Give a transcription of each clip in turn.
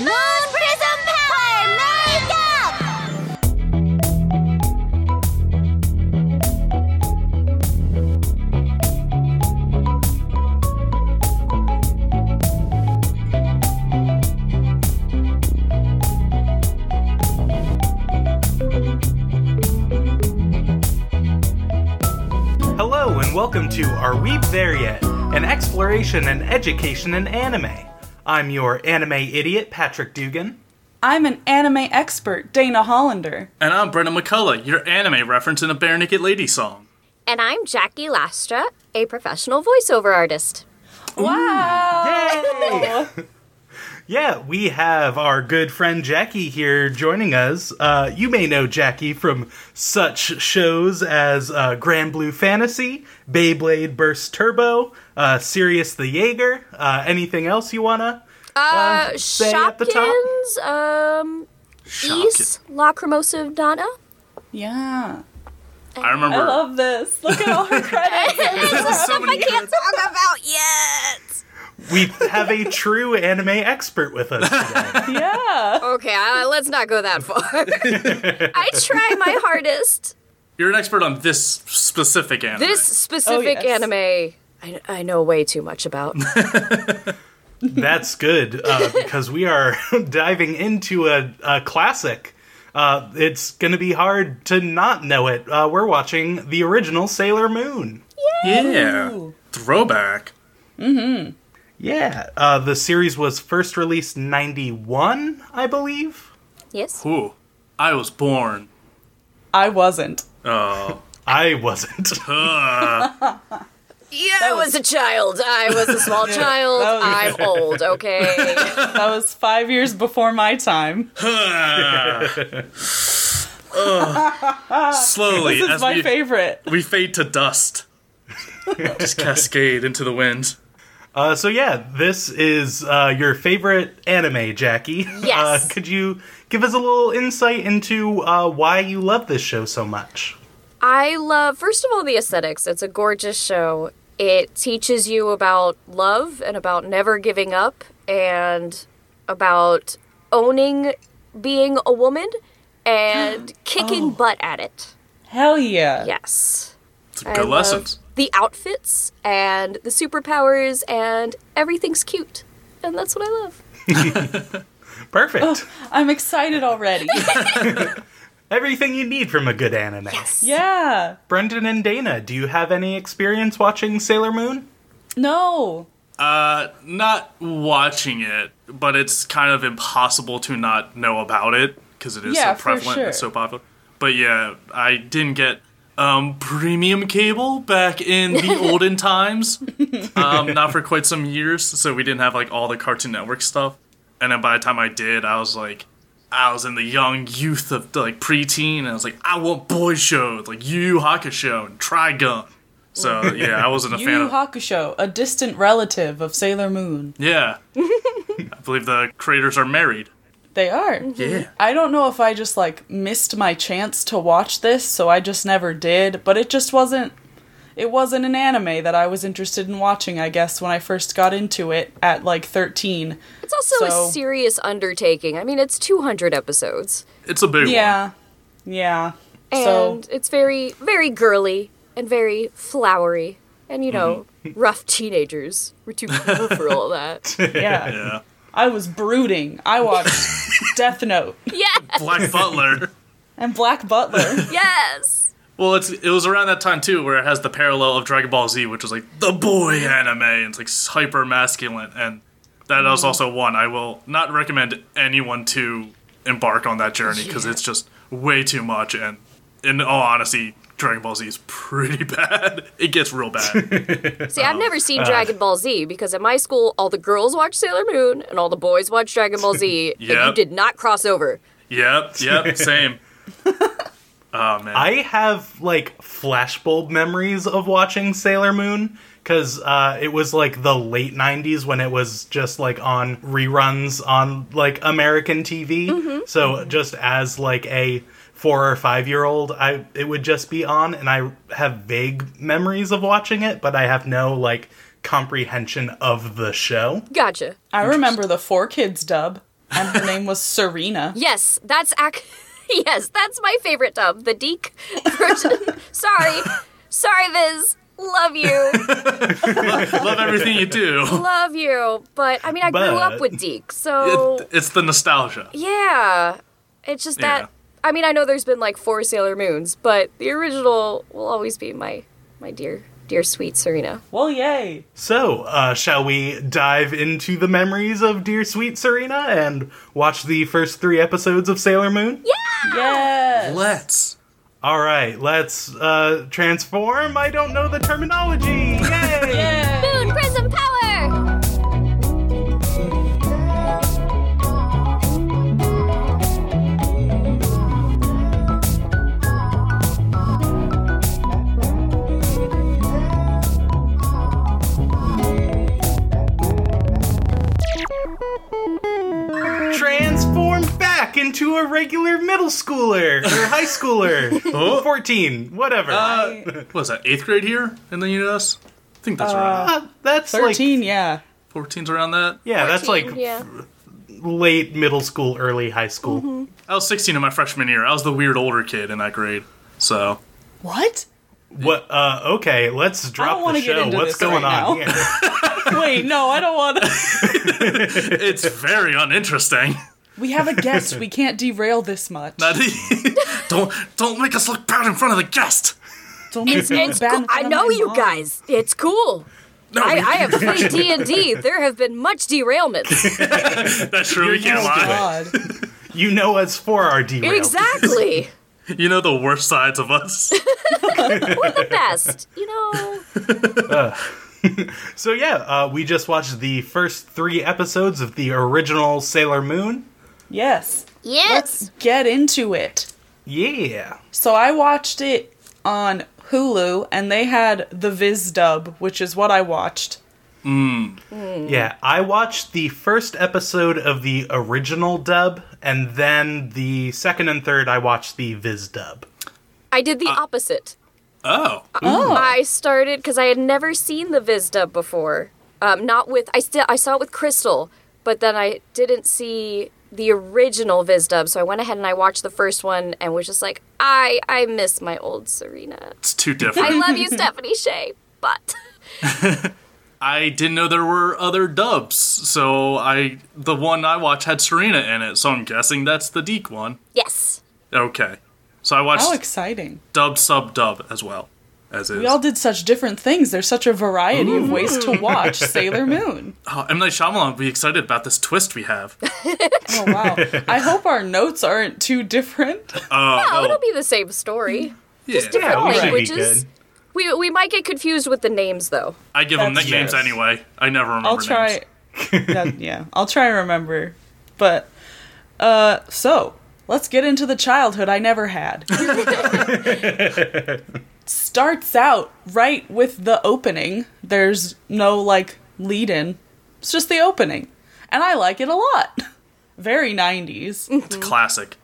Moon Prism Power Makeup! Hello, and welcome to Are We There Yet? An exploration and education in anime. I'm your anime idiot, Patrick Dugan. I'm an anime expert, Dana Hollander. And I'm Brenna McCullough, your anime reference in a Bare Naked Lady song. And I'm Jackie Lastra, a professional voiceover artist. Yay! yeah, we have our good friend Jackie here joining us. Uh, you may know Jackie from such shows as uh, Grand Blue Fantasy, Beyblade Burst Turbo, uh, Sirius the Jaeger. Uh, anything else you wanna? Uh, say at the top? Shopkins, um, Shocking. East Lacrimosa Donna. Yeah. I remember. I love this. Look at all her credits. so many can't talk about yet. We have a true anime expert with us today. yeah. Okay, uh, let's not go that far. I try my hardest. You're an expert on this specific anime. This specific yes. anime, I, I know way too much about. That's good uh, because we are diving into a, a classic. Uh, it's going to be hard to not know it. Uh, we're watching the original Sailor Moon. Yeah. Throwback. Yeah, uh, the series was first released ninety one, I believe. yes? Ooh. I was born. I wasn't. Oh. I wasn't. Yeah, I was a child. I was a small child. that was- I'm old, okay? That was five years before my time. Slowly, This is as my we, favorite. we fade to dust, just cascade into the wind. uh, so yeah, this is uh, your favorite anime, Jackie. Yes. Uh, could you give us a little insight into uh, why you love this show so much? I love, first of all, the aesthetics. It's a gorgeous show. It teaches you about love and about never giving up and about owning being a woman and kicking butt at it. Hell yeah. Yes. It's I good lessons. love The outfits and the superpowers and everything's cute. And that's what I love. Perfect. I'm excited already. Everything you need from a good anime. yeah. Brendan and Dana, do you have any experience watching Sailor Moon? No. Uh, not watching it, but it's kind of impossible to not know about it because it is Yeah, so for prevalent sure. and so popular. But yeah, I didn't get um, premium cable back in the olden times. Um, not for quite some years, so we didn't have like all the Cartoon Network stuff. And then by the time I did, I was like, I was in the young youth of like preteen, and I was like, I want boy shows like Yu Yu Hakusho and Trigun. So yeah, I wasn't a Yu fan Yu of Hakusho, a distant relative of Sailor Moon. Yeah. I believe the creators are married. They are. Yeah. I don't know if I just like missed my chance to watch this, so I just never did, but it just wasn't it wasn't an anime that I was interested in watching, I guess, when I first got into it at like 13. It's also So- a serious undertaking. I mean, it's 200 episodes. It's a big one. Yeah. Yeah. and it's very very girly and very flowery and you know Mm-hmm. rough teenagers we're too cool for all that so, yeah. I was brooding. I watched Death Note yes Black Butler. and Black Butler. yes Well, it's it was around that time too where it has the parallel of Dragon Ball Z, which was like the boy anime, and it's like hyper masculine, and that was also one I will not recommend anyone to embark on that journey because it's just way too much. And in all honesty, Dragon Ball Z is pretty bad. It gets real bad. see i've never Uh, seen dragon ball z because at my school all the girls watch sailor moon and all the boys watch dragon ball z and you Yep. did not cross over yep, yep, same. Oh man, I have like flashbulb memories of watching Sailor Moon because uh, it was like the late 90s when it was just like on reruns on like American TV. So just as like a four or five year old, I it would just be on, and I have vague memories of watching it, but I have no like comprehension of the show. gotcha I remember the four kids dub. and her name was Serena. Yes, that's ac- yes, that's my favorite dub, the Deke version. sorry, sorry, Viz. Love you, Love everything you do. love you. But I mean, I grew But- up with Deke, so It, it's the nostalgia. yeah. It's just that Yeah. I mean, I know there's been like four Sailor Moons, but the original will always be my my dear dear sweet Serena. Well, yay. So, uh, shall we dive into the memories of Dear Sweet Serena and watch the first three episodes of Sailor Moon? Yeah. Yes. Let's. All right, let's uh, transform. I don't know the terminology. Yay! Yay. Moon Prism Power! Transform back into a regular middle schooler or high schooler. Oh. 14, whatever. Uh, what was that, eighth grade here in the US? I think that's around that. Uh, that's like. 13, yeah. 14's around that. Yeah, that's like yeah. late middle school, early high school. Mm-hmm. I was 16 in my freshman year. I was the weird older kid in that grade. So, What? What? Uh, okay, let's drop wanna the get show. into What's this going right on now. here? Wait, no, I don't want to. it's very uninteresting. We have a guest. We can't derail this much. Not- don't don't make us look bad in front of the guest. Don't make me It's look bad cool. in I front of know my you mom. guys. It's cool. No, I, we- I have played D and D. There have been much derailments. that's true. We can't Oh used to lie. God. You know us for our derail. exactly. You know the worst sides of us. The best. You know. So yeah, uh, we just watched the first three episodes of the original Sailor Moon. Yes. Yes! Get into it. Yeah. So I watched it on Hulu, and they had the Viz dub, which is what I watched. Yeah, I watched the first episode of the original dub, and then the second and third I watched the Viz dub. I did the Uh, opposite. Oh, I started because I had never seen the Viz dub before. Um, not with I still I saw it with Crystal, but then I didn't see the original Viz dub, so I went ahead and I watched the first one and was just like, I I miss my old Serena. it's too I different. love you, Stephanie Shea, but I didn't know there were other dubs, so I the one I watched had Serena in it, so I'm guessing that's the Deke one. yes, Okay, so I watched How exciting. dub sub dub as well as is. We all did such different things. There's such a variety of ways to watch Sailor Moon. oh, M Night Shyamalan would be excited about this twist we have. Uh, Oh, wow. I hope our notes aren't too different. Oh, oh, it'll be the same story. yeah. Yeah, we should be Languages? good. We we might get confused with the names though. I give them That's- nicknames Yes. anyway. I never remember. I'll try. Names. Yeah, yeah, I'll try and remember. But, uh, so let's get into the childhood I never had. Starts out right with the opening. There's no like lead in, it's just the opening. And I like it a lot. Very 90s. It's a classic.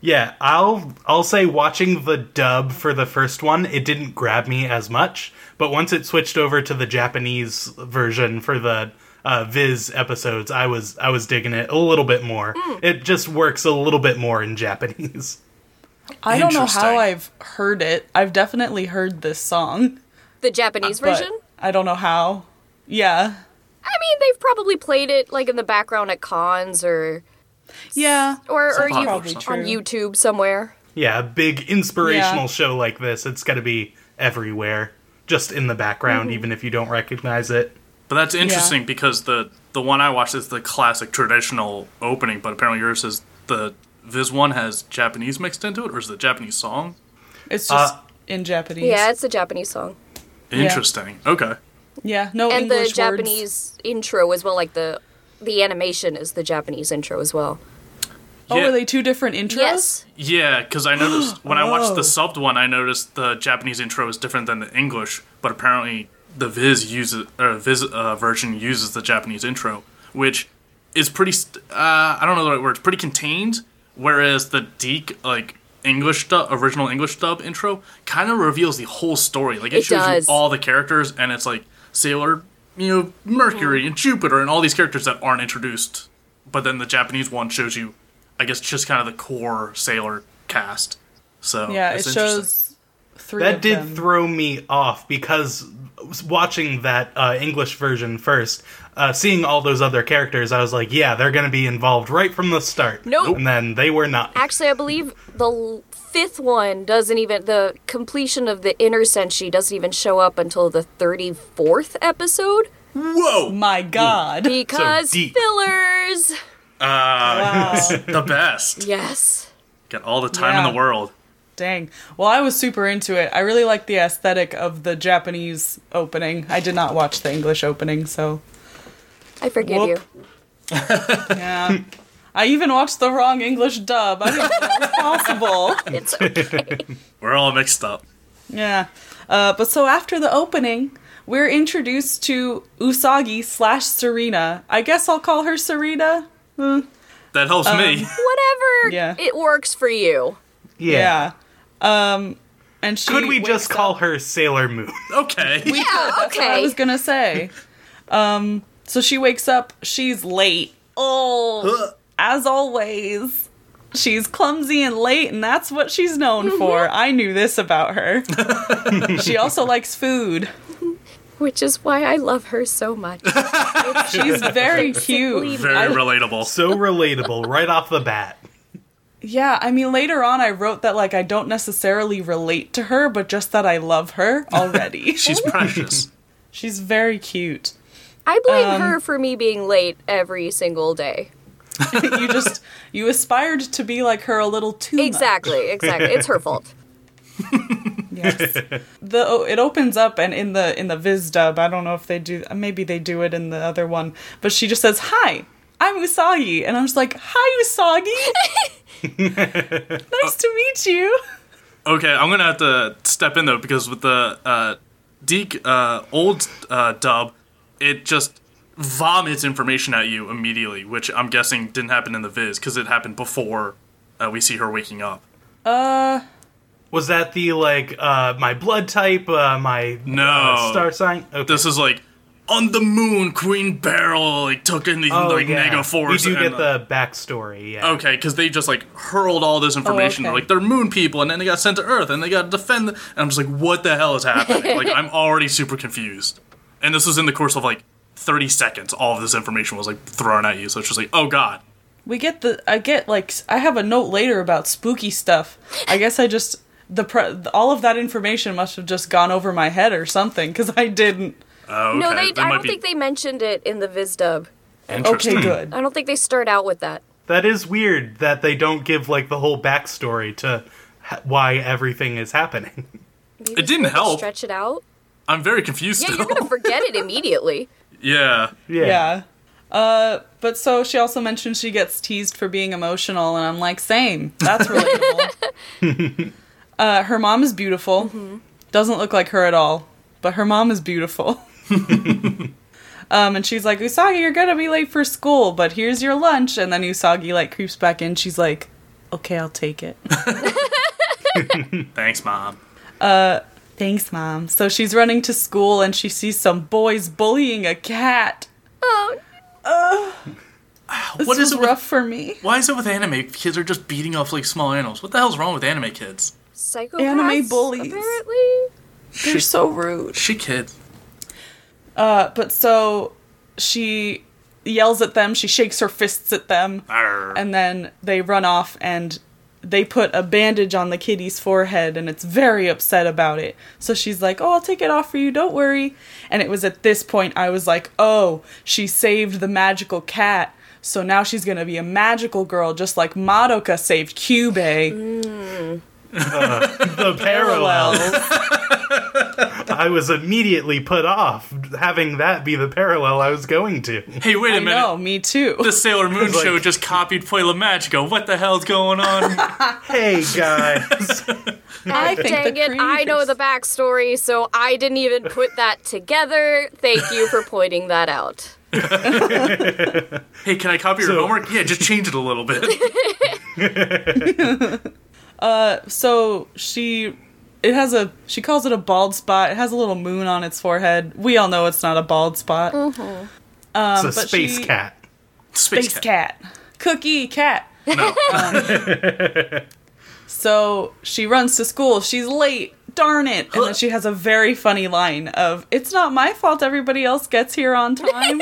Yeah, I'll I'll say watching the dub for the first one, it didn't grab me as much, but once it switched over to the Japanese version for the uh, Viz episodes, I was I was digging it a little bit more. It just works a little bit more in Japanese. I don't know Interesting. how I've heard it. I've definitely heard this song, The Japanese Uh, but version. I don't know how. Yeah. I mean, they've probably played it like in the background at cons or Yeah. or, or Probably you true. on YouTube somewhere. Yeah, a big inspirational Yeah. show like this, it's got to be everywhere, just in the background, even if you don't recognize it. But that's interesting because the the one I watched is the classic traditional opening, but apparently yours is the Viz one has Japanese mixed into it, or is it a Japanese song? It's just Uh, in Japanese. Yeah, it's a Japanese song. Interesting. Okay. Yeah, no And English the words. Japanese intro as well, like the the animation is the Japanese intro as well. Oh, yeah. are they two different intros? Yes. Yeah, because I noticed when I watched the Oh. subbed one, I noticed the Japanese intro is different than the English, but apparently the Viz uses or Viz uh, version uses the Japanese intro, which is pretty. St- uh, I don't know the right word. It's pretty contained. Whereas the Deke like English dub, original English dub intro kind of reveals the whole story. Like it, It shows does. you all the characters, and Mm-hmm. it's like Sailor, you know, Mercury and Jupiter, and all these characters that aren't introduced but then the Japanese one shows you, I guess, just kind of the core sailor cast. So Yeah, it's it interesting. shows three. That of did them. throw me off because watching that uh, English version first, uh, seeing all those other characters, I was like, yeah, they're going to be involved right from the start. Nope. And then they were not. Actually, I believe the l- fifth one doesn't even the completion of the inner senshi doesn't even show up until the thirty fourth episode Whoa, My God. because deep. fillers. Wow. the best. Yes. Got all the time Yeah. in the world. Dang. Well, I was super into it. I really liked the aesthetic of the Japanese opening. I did not watch the English opening, so I forgive Whoop. you. yeah. I even watched the wrong English dub. I didn't know that's possible. It's okay. We're all mixed up. Yeah. Uh, but so after the opening, we're introduced to Usagi slash Serena. I guess I'll call her Serena. That helps Um, me. Whatever. Yeah. It works for you. Yeah. Yeah. Um, and she Could we just wakes call up- her Sailor Moon? Okay. Yeah. I Okay. was gonna say. um, so she wakes up. She's late. Oh, as always, she's clumsy and late, and that's what she's known for. I knew this about her. she also likes food. Which is why I love her so much. She's very cute. Very I- relatable. so relatable right off the bat. Yeah, I mean, later on, I wrote that like I don't necessarily relate to her, but just that I love her already. She's precious. she's very cute. I blame Um, her for me being late every single day. you just you aspired to be like her a little too much. Exactly. Exactly. It's her fault. Yes. the oh, it opens up and in the in the Viz dub, I don't know if they do maybe they do it in the other one, but she just says, "Hi, I'm Usagi." And I'm just like, "Hi, Usagi." nice to meet you. Okay, I'm gonna have to step in though because with the uh, Deke uh, old uh, dub, it just vomits information at you immediately, which I'm guessing didn't happen in the Viz because it happened before uh, we see her waking up. Was that the like uh my blood type, uh my No. uh, star sign? Okay. This is like on the moon, Queen Barrel like took in the Oh, like yeah. mega force. We do and, get Oh. the backstory, yeah. Okay, because they just like hurled all this information. okay. Like they're moon people, and then they got sent to Earth, and they got to defend. The- and I'm just like, what the hell is happening? like I'm already super confused. And this was in the course of like 30 seconds. All of this information was like thrown at you, so it's just like, oh god. We get the I get like s- I have a note later about spooky stuff. I guess I just the pre- all of that information must have just gone over my head or something cuz I didn't. Oh, okay. No, they. that I might don't be think they mentioned it in the Viz dub. interesting. Okay, good. I don't think they start out with that. That is weird that they don't give like the whole backstory to ha- why everything is happening. Maybe It didn't they could help. Stretch it out. I'm very confused. Yeah, still. you're gonna forget it immediately. yeah. Yeah. Yeah. Uh, but so she also mentioned she gets teased for being emotional, and I'm like, same. That's relatable. uh, her mom is beautiful. Mm-hmm. Doesn't look like her at all, but her mom is beautiful. um, and she's like, Usagi, you're gonna be late for school, but here's your lunch. And then Usagi like creeps back in. She's like, okay, I'll take it. Thanks, mom. Thanks, mom. So she's running to school, and she sees some boys bullying a cat. Oh, This What is was it with- rough for me. Why is it with anime kids are just beating off like small animals? What the hell's wrong with anime kids? psychopaths. Anime bullies. Apparently, They're so rude. Shit, kids. Uh, but so she yells at them, she shakes her fists at them, Arr. and then they run off and they put a bandage on the kitty's forehead and it's very upset about it. So she's like, "Oh, I'll take it off for you. Don't worry." And it was at this point I was like, "Oh, she saved the magical cat." So now she's going to be a magical girl just like Madoka saved Kyubei. The parallel. I was immediately put off having that be the parallel I was going to. hey, wait a I minute. know, me too. the Sailor Moon like- show just copied Puella Magico. What the hell's going on? Hey guys. I think dang the it! I know creators- the backstory, so I didn't even put that together. Thank you for pointing that out. hey, can I copy your So- homework? Yeah, just change it a little bit. so she it has a she calls it a bald spot it has a little moon on its forehead we all know it's not a bald spot it's a but space she- cat. Space, Space cat. Cookie cat. Um, so she runs to school. She's late. Darn it. And then she has a very funny line of, It's not my fault everybody else gets here on time.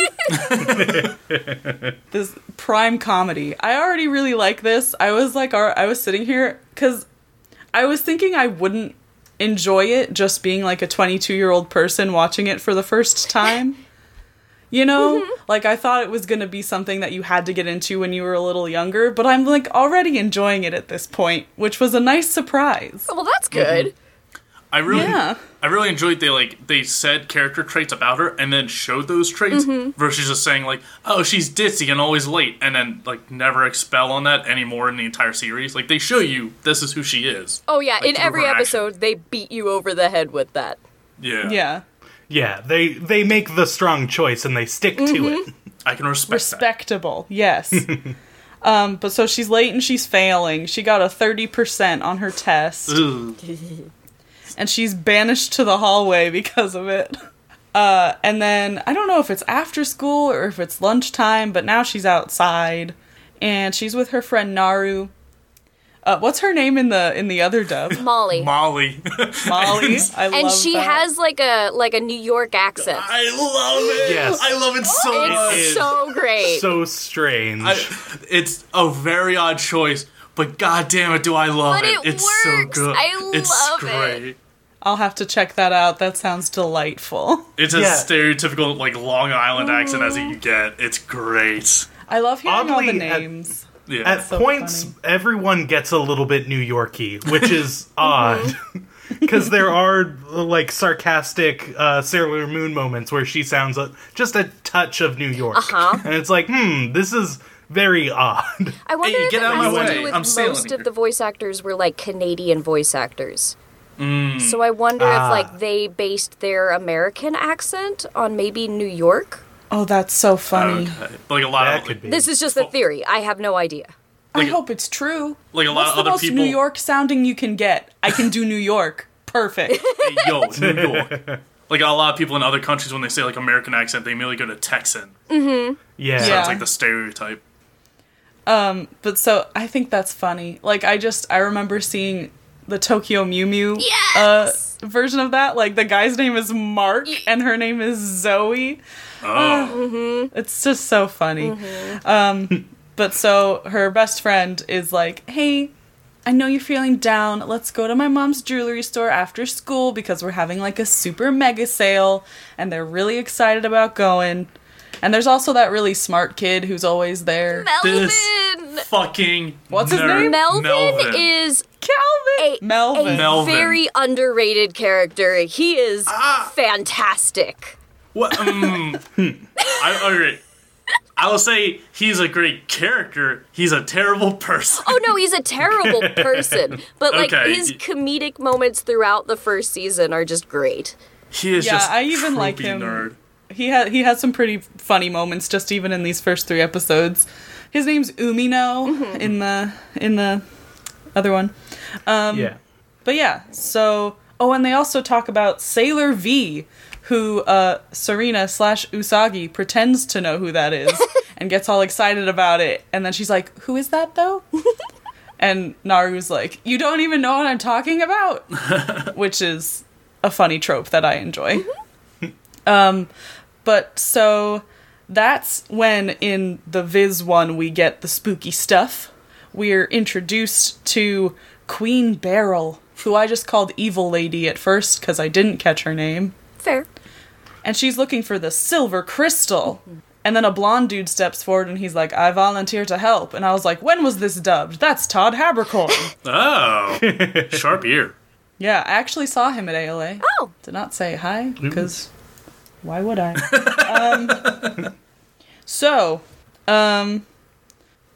this prime comedy. I already really like this. I was like, all right, I was sitting here because I was thinking I wouldn't enjoy it just being like a 22 year old person watching it for the first time. You know, like I thought it was going to be something that you had to get into when you were a little younger, but I'm like already enjoying it at this point, which was a nice surprise. Well, that's Mm-hmm. good. I really, Yeah. I really enjoyed they like they said character traits about her and then showed those traits Mm-hmm. versus just saying like, oh, she's ditzy and always late, and then like never expel on that anymore in the entire series. Like they show you this is who she is. Oh yeah, Like, in through every her action. episode they beat you over the head with that. Yeah, Yeah. Yeah, they they make the strong choice and they stick to it. I can respect, that. Respectable. Yes. um, but so she's late and she's failing. She got a 30% on her test. Ugh. and she's banished to the hallway because of it. Uh, and then I don't know if it's after school or if it's lunchtime, but now she's outside and she's with her friend Naru. Uh, what's her name in the in the other dub? Molly. Molly. Molly. I and love she that. has like a like a New York accent. I love it. Yes. I love it so much. is It's so great. So strange. I- it's a very odd choice, but god damn it, do I love But it. it It's so works. good. I it's love it. great. I'll have to check that out. That sounds delightful. It's a Yeah. Mm. stereotypical like Long Island accent as you get. It's great. I love hearing all the Oddly, at- names. Yeah. At so points, funny. everyone gets a little bit New Yorky, which is odd. Mm-hmm. Because there are like sarcastic uh, Sailor Moon moments where she sounds uh, just a touch of New York, Uh-huh. and it's like, hmm, this is very odd. I wonder Hey, if get it out of has my to way. do with I'm most sailing of here. the voice actors were like Canadian voice actors. Mm. So I wonder if like they based their American accent on maybe New York. Oh, that's so funny. Okay. Like a lot that of could be. This is Oh. just a theory. I have no idea. I hope it's true. like a lot What's of the other most people- New York sounding you can get? I can do New York. Perfect. Hey, yo, New York. Like a lot of people in other countries when they say like American accent, they merely go to Texan. yeah. Yeah. It's like the stereotype. But so I think that's funny. Like I just I remember seeing the Tokyo Mew Mew Yes! uh, version of that. Like the guy's name is Mark and her name is Zoe. Ah, Oh. It's just so funny. Um, but so her best friend is like, "Hey, I know you're feeling down. Let's go to my mom's jewelry store after school because we're having like a super mega sale, and they're really excited about going." And there's also that really smart kid who's always there. Melvin. This fucking What's his nerd. name? Melvin, Melvin. is Calvin. a, Melvin. a Melvin. Ah. very underrated character. He is fantastic. What? Um, Hmm. I agree. I will say he's a great character. He's a terrible person. Oh no, he's a terrible person. But like Okay. his comedic moments throughout the first season are just great. He is Yeah, just I even creepy like him. nerd. he had he had some pretty funny moments just even in these first three episodes. His name's Umino in the in the other one. yeah. But yeah, so oh, and they also talk about Sailor V, who uh, Serena slash Usagi pretends to know who that is and gets all excited about it, and then she's like, "Who is that though?" and Naru's like, "You don't even know what I'm talking about," which is a funny trope that I enjoy. um, but so that's when in the Viz one we get the spooky stuff. We're introduced to Queen Beryl, who I just called Evil Lady at first because I didn't catch her name. Fair. And she's looking for the silver crystal. And then a blonde dude steps forward and he's like, I volunteer to help. And I was like, when was this dubbed? That's Todd Habercorn. Oh, sharp ear. yeah, I actually saw him at ALA. Oh. Did not say hi because why would I? um, so, um,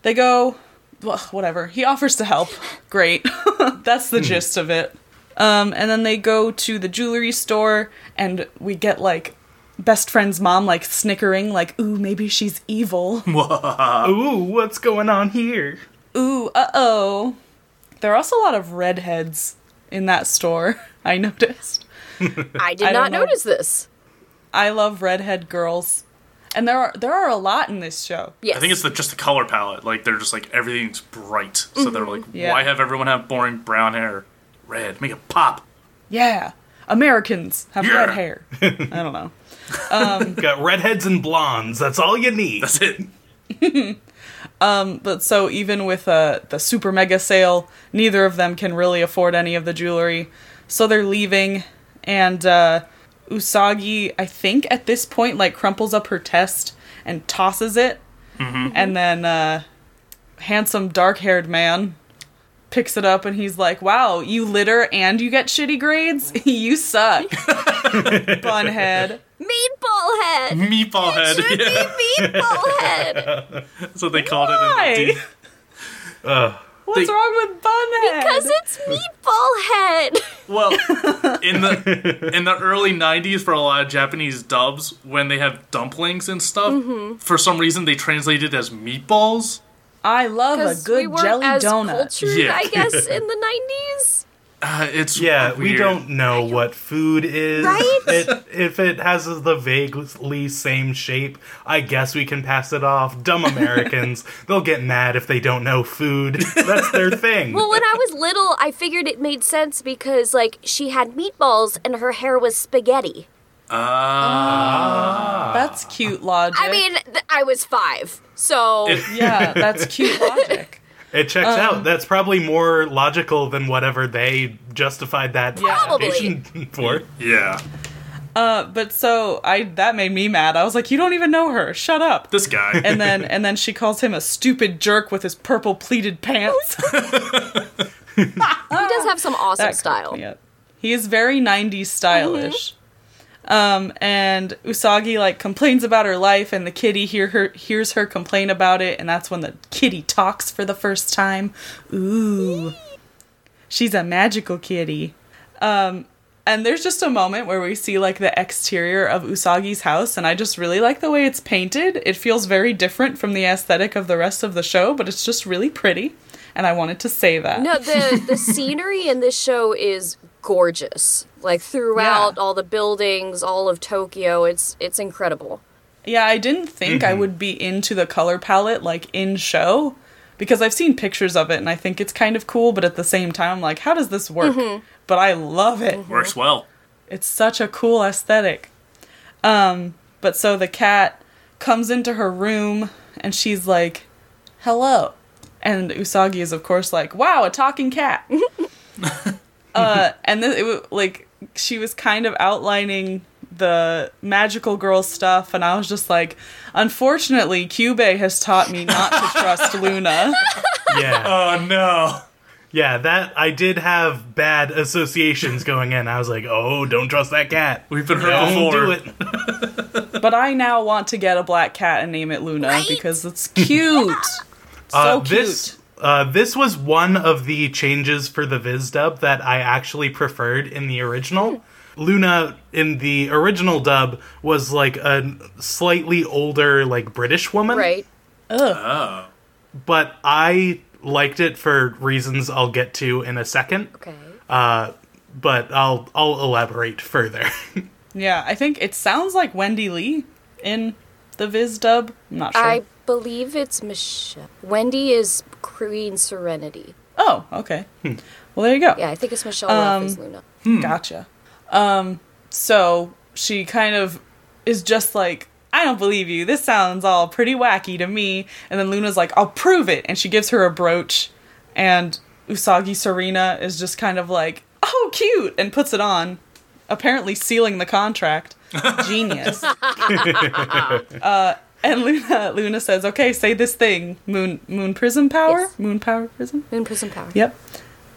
they go, well, whatever. He offers to help. Great. That's the gist of it. Um, and then they go to the jewelry store, and we get like best friend's mom like snickering, like, ooh, maybe she's evil. Ooh, what's going on here? ooh, uh oh. There are also a lot of redheads in that store, I noticed. I did I don't not know. notice this. I love redhead girls. And there are there are a lot in this show. Yes. I think it's the, just the color palette. Like they're just like everything's bright, so they're like, Yeah. why have everyone have boring brown hair? Red, make it pop. Yeah. Americans have Yeah. red hair. I don't know. Got redheads and blondes. That's all you need. That's it. But so even with uh, the super mega sale, neither of them can really afford any of the jewelry. So they're leaving, and uh, Usagi, I think at this point, like crumples up her test and tosses it, and then uh, handsome dark haired man picks it up and he's like, "Wow, you litter and you get shitty grades. you suck, bunhead." meatball head. Meatball head. Should Yeah, be meatball head that's what they called it. In Why? D. What's They- wrong with bunhead? because it's meatball head. Well, in the in the early '90s, for a lot of Japanese dubs, when they have dumplings and stuff, for some reason they translate it as meatballs. I love a 'Cause good we weren't jelly as donut. cultured, Yeah. I guess, in the nineties. Uh, it's Yeah, we weird. don't know what food is. Right? It, if it has the vaguely same shape, I guess we can pass it off. Dumb Americans, they'll get mad if they don't know food. That's their thing. Well, when I was little, I figured it made sense because, like, she had meatballs and her hair was spaghetti. Uh, That's cute logic. I mean, th- I was five, so Yeah, that's cute logic. it checks um, out. That's probably more logical than whatever they justified that Yeah. Probably. adaptation for. Yeah, Uh, but so I that made me mad. I was like, you don't even know her. Shut up. this guy. And then and then she calls him a stupid jerk with his purple pleated pants. he does have some awesome Ah, That cracked style. me up. He is very 90s stylish. Um, and Usagi like complains about her life, and the kitty hear her hears her complain about it, and that's when the kitty talks for the first time. Ooh, she's a magical kitty. Um, and there's just a moment where we see like the exterior of Usagi's house, and I just really like the way it's painted. It feels very different from the aesthetic of the rest of the show, but it's just really pretty, and I wanted to say that. No, the the scenery in this show is gorgeous. Like throughout Yeah. all the buildings, all of Tokyo, it's it's incredible. Yeah, I didn't think I would be into the color palette like in show because I've seen pictures of it and I think it's kind of cool, but at the same time, I'm like, how does this work? But I love it. Works well. It's such a cool aesthetic. Um, but so the cat comes into her room and she's like, hello. And Usagi is, of course, like, wow, a talking cat. uh, and then it was like, she was kind of outlining the magical girl stuff. And I was just like, unfortunately, Cube has taught me not to trust Luna. Yeah, Oh no. yeah. That I did have bad associations going in. I was like, oh, don't trust that cat. We've been hurt Don't before. do it. But I now want to get a black cat and name it Luna because it's cute. so Oh, Uh, cute. This, uh, this was one of the changes for the Viz dub that I actually preferred in the original. Hmm. Luna in the original dub was like a slightly older, like British Um, woman, Right? But I liked it for reasons I'll get to in a second. Okay. But I'll I'll elaborate further. Yeah, I think it sounds like Wendy Lee in the Viz dub. I'm not sure. I believe it's Michelle. Wendy is Queen Serenity. Oh, okay. Well, there you go. Hmm. Yeah, I think it's Michelle Um, Ralph is Luna. Gotcha. Um, so she kind of is just like, I don't believe you. This sounds all pretty wacky to me. And then Luna's like, I'll prove it. And she gives her a brooch. And Usagi Serena is just kind of like, oh, cute. And puts it on, apparently sealing the contract. Genius. uh, and Luna, Luna says, okay, say this thing. Moon, moon prism power? Yes. Moon power prism? Moon Prison Power. Yep.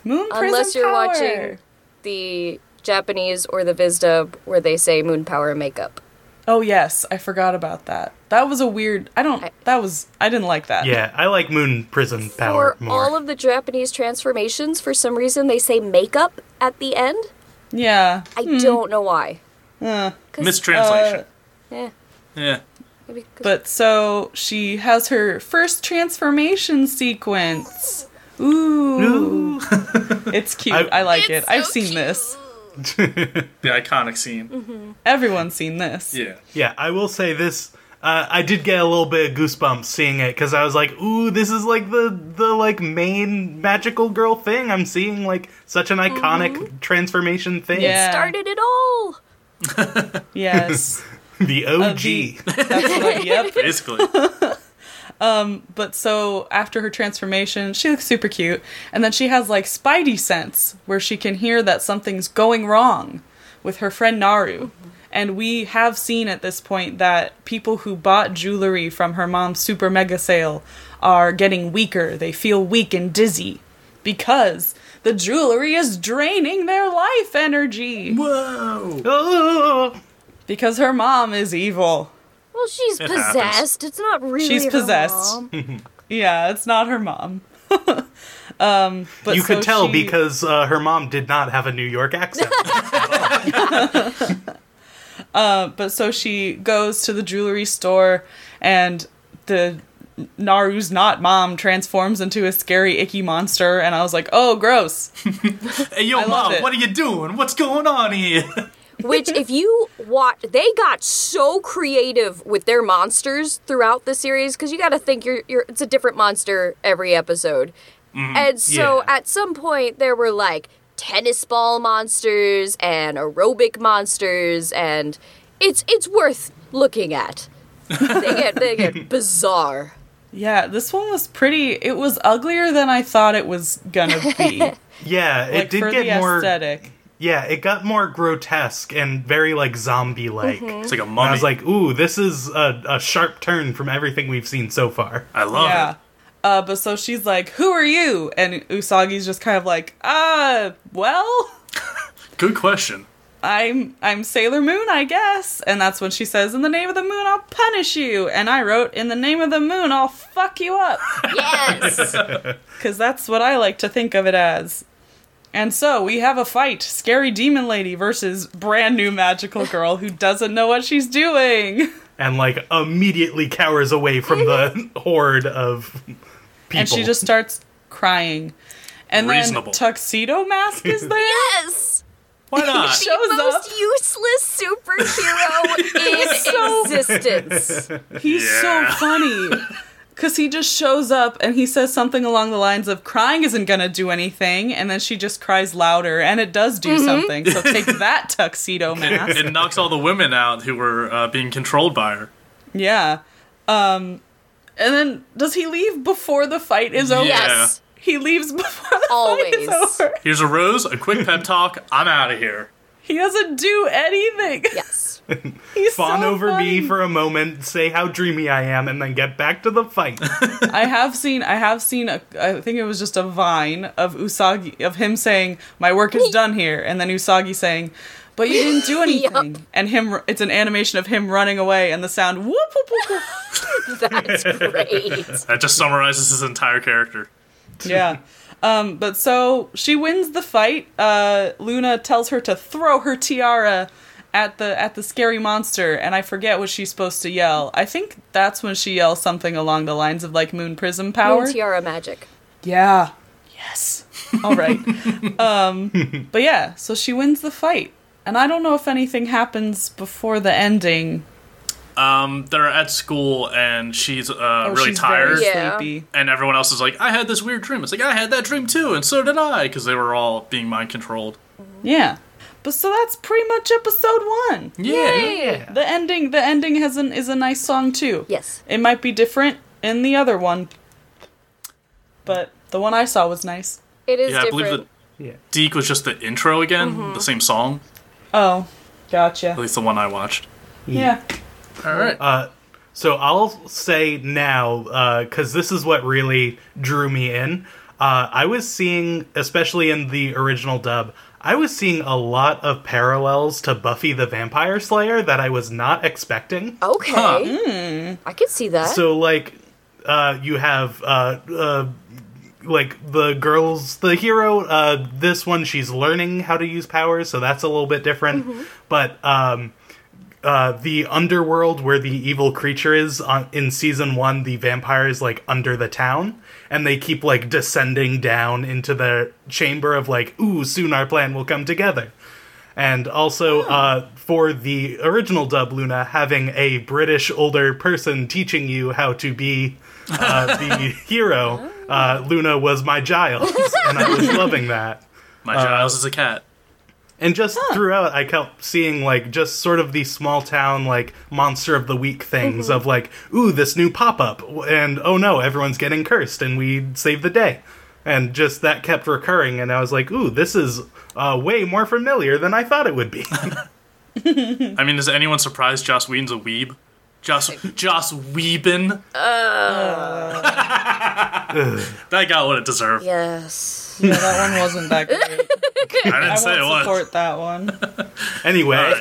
Moon prism Unless you're power. watching the Japanese or the Viz dub where they say Moon Power makeup. Oh yes, I forgot about that. That was a weird. I don't. That was. I didn't like that. yeah, I like Moon Prison Power For more. all of the Japanese transformations, for some reason they say makeup at the end. Yeah. Uh, I don't know why. eh. Mistranslation. Yeah, yeah. maybe 'cause- But so she has her first transformation sequence. Ooh. it's cute. I, I- like it. I've seen this. The iconic scene. Everyone's seen this. Yeah. Yeah, I will say this uh, I did get a little bit of goosebumps seeing it because I was like, "Ooh, this is like the the like main magical girl thing." I'm seeing like such an iconic transformation thing. Mm-hmm. Yeah. Started it all. Yes. The Uh, OG. the- that's what I- yep. Basically, But so after her transformation, she looks super cute. And then she has like spidey sense where she can hear that something's going wrong with her friend Naru. And we have seen at this point that people who bought jewelry from her mom's super mega sale are getting weaker. They feel weak and dizzy because the jewelry is draining their life energy. whoa. Oh, Because her mom is evil. Well, she's It happens. possessed. It's not really. She's her possessed. mom. Yeah, it's not her mom. um, but you so could tell she- because uh, her mom did not have a New York accent. But so she goes to the jewelry store, and the Naru's not mom transforms into a scary, icky monster. And I was like, oh, gross. Hey, yo, love mom, it. what are you doing? What's going on here? Which, if you watch, they got so creative with their monsters throughout the series because you got to think you're, you're it's a different monster every episode. and so yeah. at some point there were like tennis ball monsters and aerobic monsters, and it's it's worth looking at. they get they get bizarre. Yeah, this one was pretty. It was uglier than I thought it was gonna be. like, yeah, it did for get the more. aesthetic. Yeah, it got more grotesque and very like zombie like. Mm-hmm. It's like a And mummy. I was like, ooh, this is a, a sharp turn from everything we've seen so far. I love yeah. it. Uh, but so she's like, who are you? And Usagi's just kind of like, uh, well. Good question. I'm I'm Sailor Moon, I guess. And that's when she says, In the name of the moon I'll punish you. And I wrote, In the name of the moon I'll fuck you up. Yes, Cause that's what I like to think of it as. And so we have a fight, scary demon lady versus brand new magical girl who doesn't know what she's doing. And like immediately cowers away from the horde of people. And she just starts crying. And Reasonable. then Tuxedo Mask is there. yes. Why not? She- Shows the most up. useless superhero in existence. He's Yeah. so funny. Because he just shows up and he says something along the lines of, crying isn't going to do anything. And then she just cries louder and it does do something. So take that, tuxedo mask. Mm-hmm. it knocks all the women out who were uh, being controlled by her. yeah. Um, and then does he leave before the fight is over? Yeah. Yes. He leaves before the fight is Always. over. Here's a rose, a quick pep talk. I'm out of here. He doesn't do anything. Yes. He's fawn so over me funny. for a moment, say how dreamy I am, and then get back to the fight. I have seen I have seen a, I think it was just a vine of Usagi of him saying my work is done here and then Usagi saying but you didn't do anything and him it's an animation of him running away and the sound whoop whoop whoop, whoop. That's great. That just summarizes his entire character. yeah um but so she wins the fight uh Luna tells her to throw her tiara at the at the scary monster and I forget what she's supposed to yell I think that's when she yells something along the lines of like moon prism power Moon tiara magic. Yeah. Yes. All right. um, but yeah, so she wins the fight. And I don't know if anything happens before the ending. Um, they're at school and she's uh, Oh, really she's tired. Very Yeah. sleepy. And everyone else is like, I had this weird dream. It's like, I had that dream too, and so did I, because they were all being mind controlled. Yeah. But so that's pretty much episode one. Yeah. Yeah. The ending, the ending has an is a nice song too. Yes. It might be different in the other one, but the one I saw was nice. It is Yeah, I believe different. that Yeah. Deke was just the intro again, Mm-hmm. the same song, Oh, gotcha. at least the one I watched. Yeah. All right. So I'll say now, because this is what really drew me in. Uh, I was seeing, especially in the original dub, I was seeing a lot of parallels to Buffy the Vampire Slayer that I was not expecting. okay. I could see that. So like, uh, you have uh, uh, like the girls, the hero. Uh, this one, she's learning how to use powers, so that's a little bit different. But um, uh, the underworld where the evil creature is on, in season one, the vampire is like under the town, and they keep like descending down into the chamber of like, ooh, soon our plan will come together. and also uh, for the original dub Luna, having a British older person teaching you how to be uh, the hero. Uh, Luna was my Giles, and I was loving that. My Giles is a cat. And just throughout, I kept seeing like just sort of these small town like monster of the week things of like, ooh, this new pop up, and oh no, everyone's getting cursed, and we save the day, and just that kept recurring, and I was like, ooh, this is uh, way more familiar than I thought it would be. I mean, is anyone surprised Joss Whedon's a weeb? Joss Joss Whedon. Uh. that got what it deserved. Yes. Yeah, that one wasn't that great. I didn't I say it won't was. support that one. anyway,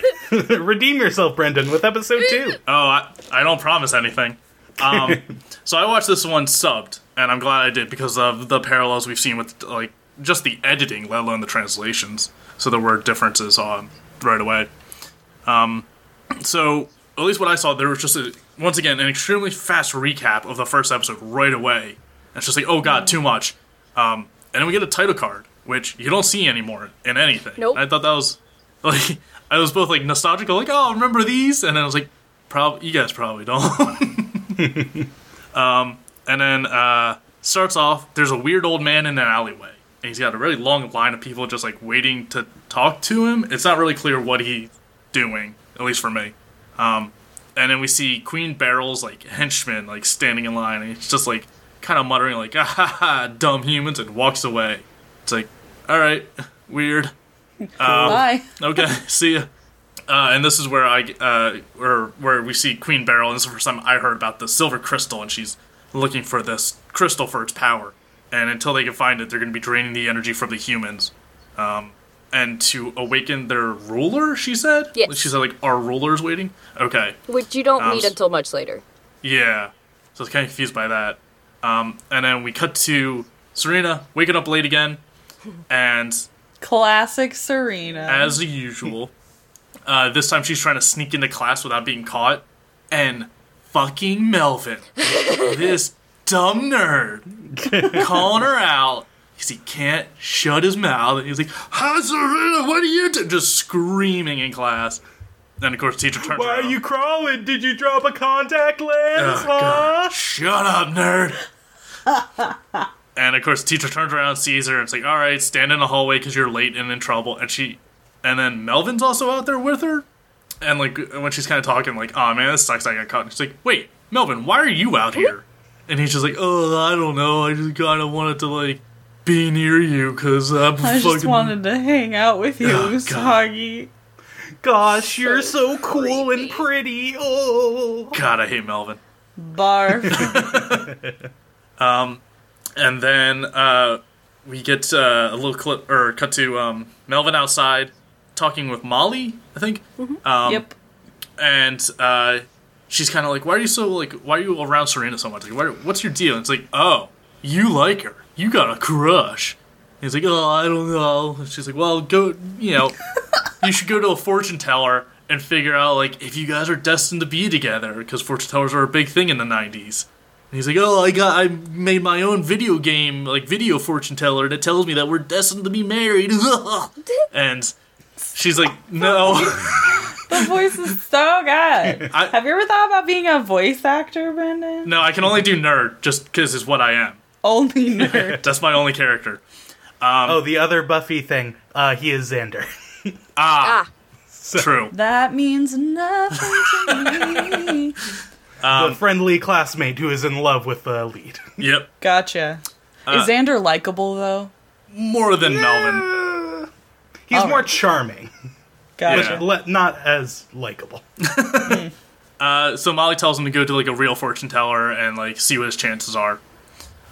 Alright. redeem yourself, Brendan, with episode two. Oh, I, I don't promise anything. Um, so I watched this one subbed, and I'm glad I did because of the parallels we've seen with like just the editing, let alone the translations. So there were differences on right away. Um, so at least what I saw, there was just a, once again an extremely fast recap of the first episode right away. And it's just like, oh god, too much. Um, and then we get a title card, which you don't see anymore in anything. Nope. I thought that was like I was both like nostalgic, like oh, remember these, and then I was like, probably you guys probably don't. um, and then uh, starts off. There's a weird old man in an alleyway, and he's got a really long line of people just like waiting to talk to him. It's not really clear what he's doing, at least for me. Um, and then we see Queen Barrel's like henchman like standing in line, and it's just like kind of muttering like ah, ha, ha, dumb humans, and walks away. It's like, all right, weird. Um, Bye. Okay, see ya. Uh, and this is where I uh, where where we see Queen Beryl, and this is the first time I heard about the silver crystal, and she's looking for this crystal for its power. And until they can find it, they're going to be draining the energy from the humans, um, and to awaken their ruler. She said. Yes. She said like our ruler's waiting. Okay. Which you don't Um, meet until much later. Yeah. So I was kind of confused by that. Um, and then we cut to Serena waking up late again, and Classic Serena. as usual. Uh, this time she's trying to sneak into class without being caught. And fucking Melvin, this dumb nerd, calling her out because he can't shut his mouth. And he's like, Hi, Serena, what are you doing? Just screaming in class. Then, of course, the teacher turns Why are around. you crawling? Did you drop a contact lens? Oh, huh? God. Shut up, nerd. and of course, the teacher turns around, sees her, and it's like, "All right, stand in the hallway because you're late and in trouble." And she, and then Melvin's also out there with her, and like when she's kind of talking, like, "Oh man, this sucks. I got caught." And she's like, "Wait, Melvin, why are you out here?" And he's just like, "Oh, I don't know. I just kind of wanted to like be near you because I'm I fucking." just wanted to hang out with you, Oh, God. Usagi. Gosh, you're so cool and pretty. Oh. God, I hate Melvin. Barf. And then uh, we get uh, a little clip or cut to um, Melvin outside talking with Molly, I think. Um, yep. And uh, she's kind of like, "Why are you so like? Why are you around Serena so much? Like, why, what's your deal?" And it's like, "Oh, you like her. You got a crush." And he's like, "Oh, I don't know." And she's like, "Well, go. You know, you should go to a fortune teller." And figure out like if you guys are destined to be together, because fortune tellers are a big thing in the '90s. And he's like, "Oh, I got, I made my own video game, like video fortune teller that tells me that we're destined to be married." and she's like, "No, The voice is so good. I- Have you ever thought about being a voice actor, Brendan? no, I can only do nerd just because is what I am. Only nerd. That's my only character." Oh, the other Buffy thing. Uh, he is Xander. Ah, True. that means nothing to me. the friendly classmate who is in love with the lead. Yep. Gotcha. is Xander likable though? More than Melvin. He's All more right. charming, Gotcha. le- not as likable. Uh, so Molly tells him to go to like a real fortune teller and like see what his chances are.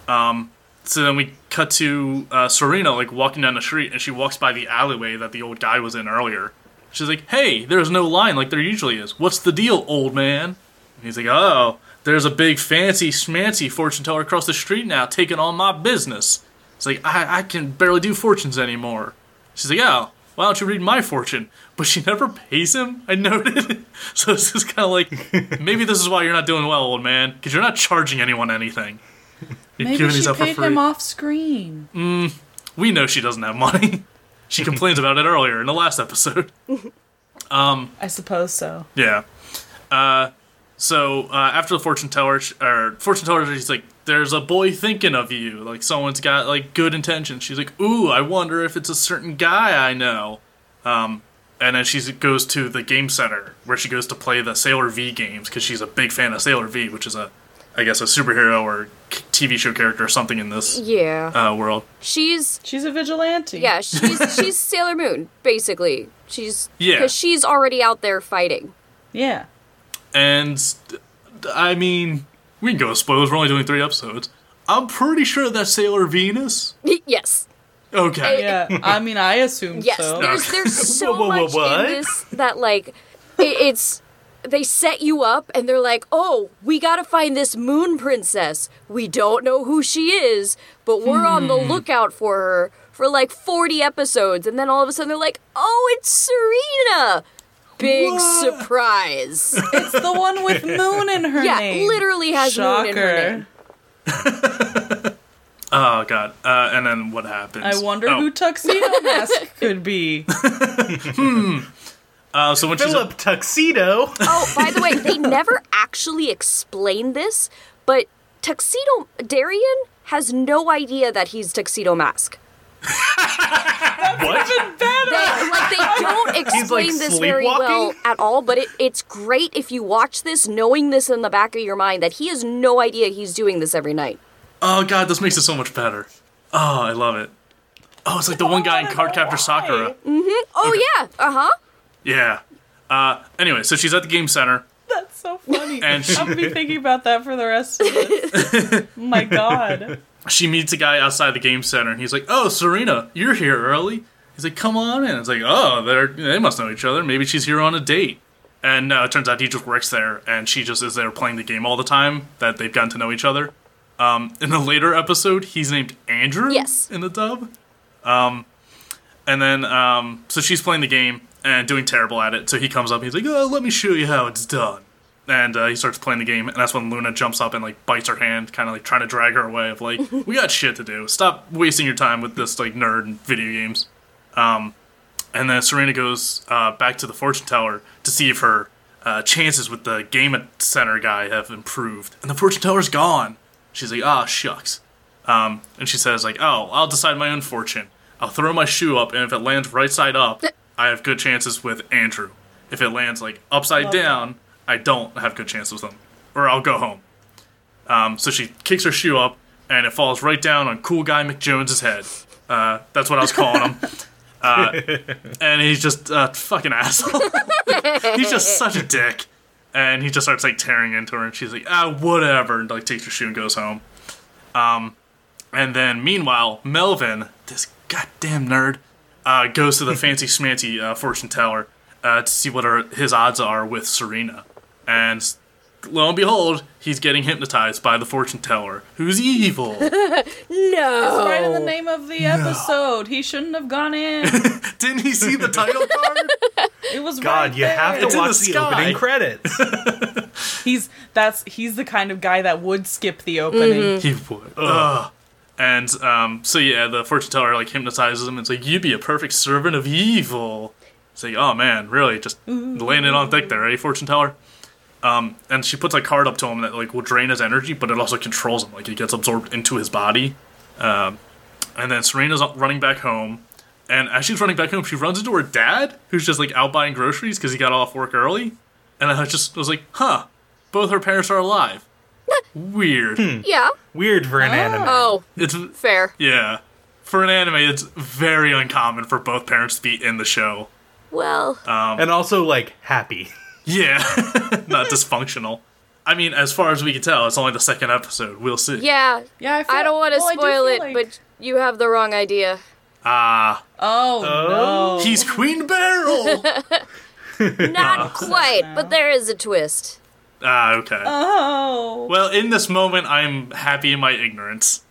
Um, so then we cut to uh, Serena like walking down the street, and she walks by the alleyway that the old guy was in earlier. She's like, "Hey, there's no line like there usually is. What's the deal, old man?" And he's like, "Oh, there's a big fancy schmancy fortune teller across the street now, taking all my business." It's like I, I can barely do fortunes anymore. She's like, "Oh, why don't you read my fortune?" But she never pays him. I noted. so it's just kind of like, maybe this is why you're not doing well, old man, because you're not charging anyone anything. You're Maybe giving she these out for paid free. him off screen. We know she doesn't have money. She complains about it earlier in the last episode. I suppose so. Yeah. Uh, so uh, after the fortune teller, sh- or fortune teller, she's like, "There's a boy thinking of you. Like someone's got like good intentions." She's like, "Ooh, I wonder if it's a certain guy I know." Um, and then she goes to the game center where she goes to play the Sailor V games because she's a big fan of Sailor V, which is a, I guess, a superhero or k- TV show character or something in this Yeah. uh, world. she's She's a vigilante. yeah, she's she's Sailor Moon basically. She's Yeah. cuz she's already out there fighting. Yeah. And I mean, we can go with spoilers. We're only doing three episodes. I'm pretty sure that's Sailor Venus. yes. Okay. Yeah. I mean, I assume Yes. so. There's there's so Whoa, whoa, whoa, much what? in this that like it, it's they set you up and they're like, "Oh, we got to find this moon princess. We don't know who she is, but we're on the Hmm. lookout for her." For like 40 episodes, and then all of a sudden they're like, oh, it's Serena! Big surprise. It's the one with Moon in her yeah, name. literally has Shocker. moon in her name. Oh god. Uh, and then what happens? I wonder Oh, who Tuxedo Mask could be. Uh, so when she's Philip Tuxedo. Oh, by the way, they never actually explain this, but Tuxedo Darian has no idea that he's Tuxedo Mask. what? They, like they don't explain this very well sleepwalking? at all. But it, it's great if you watch this knowing this in the back of your mind that he has no idea he's doing this every night. oh god, this makes it so much better. Oh, I love it. Oh, it's like the one guy in Cardcaptor Sakura. Oh yeah, uh huh. Yeah. Uh, anyway, so she's at the game center. That's so funny. And she- I'm gonna be thinking about that for the rest of this. My God. She meets a guy outside the game center, and he's like, "Oh, Serena, you're here early." He's like, "Come on in." It's like, "Oh, they're they must know each other. Maybe she's here on a date." And no, it turns out he just works there, and she just is there playing the game all the time. That they've gotten to know each other. Um, in the later episode, he's named Andrew. Yes. In the dub. Um, and then um, so she's playing the game and doing terrible at it. So he comes up, he's like, "Oh, let me show you how it's done." And uh, he starts playing the game, and that's when Luna jumps up and like bites her hand, kind of like trying to drag her away. Of like, we got shit to do. Stop wasting your time with this like nerd and video games. Um, and then Serena goes uh, back to the fortune teller to see if her uh, chances with the game center guy have improved. And the fortune teller's gone. She's like, ah, shucks. Um, and she says like, oh, I'll decide my own fortune. I'll throw my shoe up, and if it lands right side up, I have good chances with Andrew. If it lands like upside down, I don't have good chances with him, or I'll go home. Um, so she kicks her shoe up, and it falls right down on Cool Guy McJones's head. Uh, that's what I was calling him. Uh, and he's just a fucking asshole. he's just such a dick. And he just starts like tearing into her, and she's like, ah, whatever, and like takes her shoe and goes home. And then, meanwhile, Melvin, this goddamn nerd, uh, goes to the fancy schmancy uh, fortune teller uh, to see what are his odds are with Serena. And s- lo and behold, he's getting hypnotized by the fortune teller, who's evil. No. Right in the name of the episode. He shouldn't have gone in. Didn't he see the title card? It was God, right you have there. to It's in watch the the, sky. opening credits. He's that's he's the kind of guy that would skip the opening. Mm-hmm. he would. Ugh. And um, so yeah, the fortune teller like hypnotizes him. It's like you'd be a perfect servant of evil. It's like, oh man, really, just laying it on thick there, eh, fortune teller? Um, and she puts a card up to him that like will drain his energy, but it also controls him. Like it gets absorbed into his body. Um, and then Serena's running back home, and as she's running back home, she runs into her dad, who's just like out buying groceries because he got off work early. And I just was like, huh, both her parents are alive. Weird. Yeah. Weird for an anime. Oh, It's fair. yeah. For an anime, it's very uncommon for both parents to be in the show. Well, And also, like, happy. Yeah. Not dysfunctional. I mean, as far as we can tell, it's only the second episode. We'll see. yeah. Oh, Yeah, I, feel, I don't want to well, I do spoil feel it, like- but you have the wrong idea. Ah, oh, no, he's Queen Barrel. Not quite, but there is a twist. ah, okay. oh well, in this moment, I'm happy in my ignorance.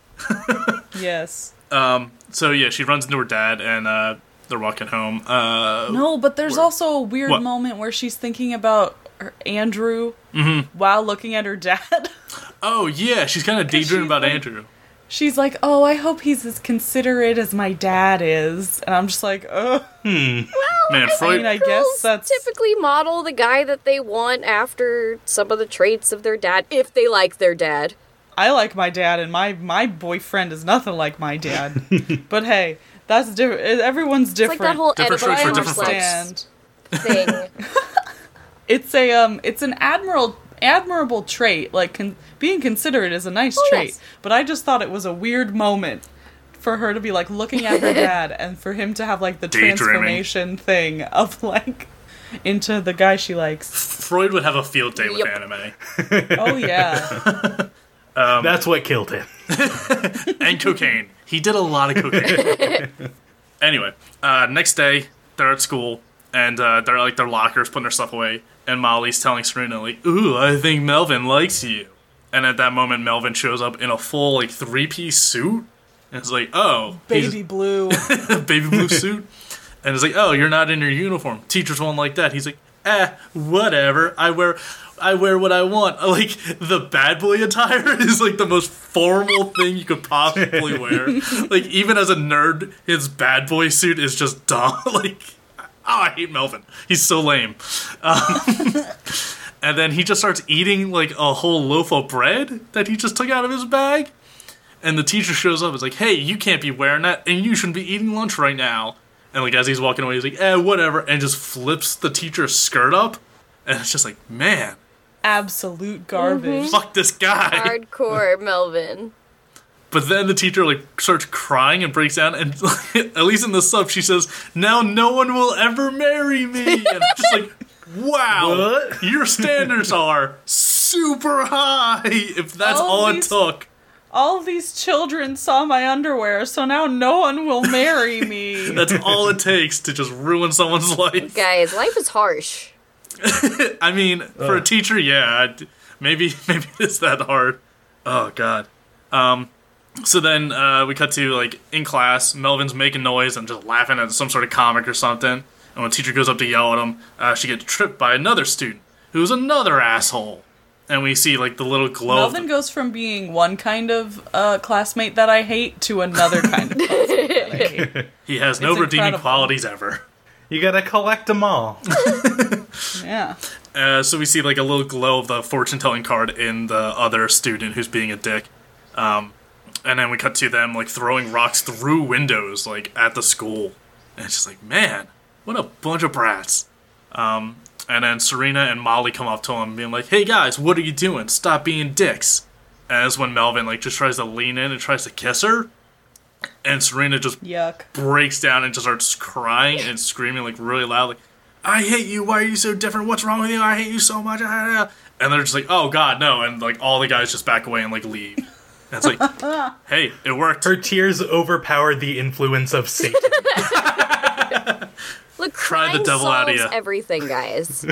yes. So yeah, she runs into her dad, and uh, they're walking home. Uh, No, but there's also a weird What? moment where she's thinking about her, Mm-hmm. Andrew while looking at her dad. oh yeah, she's kind of daydreaming she's about like- Andrew. She's like, "Oh, I hope he's as considerate as my dad is," and I'm just like, "Oh, Man, I Freud. mean, I guess Girls that's typically model the guy that they want after some of the traits of their dad, if they like their dad. I like my dad, and my my boyfriend is nothing like my dad. but hey, that's different. Everyone's It's different. like that whole Different edible strokes for horse different folks. legs thing. It's a um, it's an admiral admirable trait. Like con- being considerate is a nice trait. yes. But I just thought it was a weird moment for her to be like looking at her dad, and for him to have like the Daydreaming. transformation thing of like into the guy she likes. Freud would have a field day with Yep. anime. Oh yeah, That's what killed him. and cocaine. He did a lot of cocaine. anyway, uh, next day they're at school and uh, they're like their lockers putting their stuff away, and Molly's telling Serena like, "Ooh, I think Melvin likes you." And at that moment, Melvin shows up in a full like three piece suit, and it's like, "Oh, he's- baby blue. baby blue suit." And it's like, "Oh, you're not in your uniform. Teachers won't like that." He's like, "Eh, whatever. I wear." I wear what I want. Like the bad boy attire is like the most formal thing you could possibly wear. Like even as a nerd, his bad boy suit is just dumb. Like oh, I hate Melvin. He's so lame. Um, and then he just starts eating like a whole loaf of bread that he just took out of his bag. And the teacher shows up. It's like, hey, you can't be wearing that, and you shouldn't be eating lunch right now. And like as he's walking away, he's like, eh, whatever, and just flips the teacher's skirt up. And it's just like, man, Absolute garbage. fuck this guy. Hardcore Melvin. But then the teacher like starts crying and breaks down, and at least in the sub she says, "Now no one will ever marry me." And I'm just like, wow, What? your standards are super high. If that's All all it these- took, All these children saw my underwear, so now no one will marry me. that's all it takes to just ruin someone's life. Guys, life is harsh. I mean, for a teacher, yeah, I'd- maybe maybe it's that hard. Oh god. Um, so then uh, we cut to like in class, Melvin's making noise and just laughing at some sort of comic or something. And when the teacher goes up to yell at him, uh, she gets tripped by another student who's another asshole. And we see like the little glow. of Melvin goes from being one kind of uh, classmate that I hate to another kind of classmate that I hate. he has no it's redeeming incredible. qualities ever. You gotta collect them all. Yeah. Uh, so we see like a little glow of the fortune telling card in the other student who's being a dick. Um, and then we cut to them like throwing rocks through windows like at the school. And it's just like, man, what a bunch of brats. Um, and then Serena and Molly come up to him being like, hey guys, what are you doing? Stop being dicks. And that's when Melvin like just tries to lean in and tries to kiss her. And Serena just Yuck. breaks down and just starts crying and screaming like really loud, like, "I hate you! Why are you so different? What's wrong with you? I hate you so much!" And they're just like, "Oh God, no!" And like all the guys just back away and like leave. And it's like, "Hey, it worked." Her tears overpowered the influence of Satan. Look, Cry the crying devil outta solves ya. everything, guys.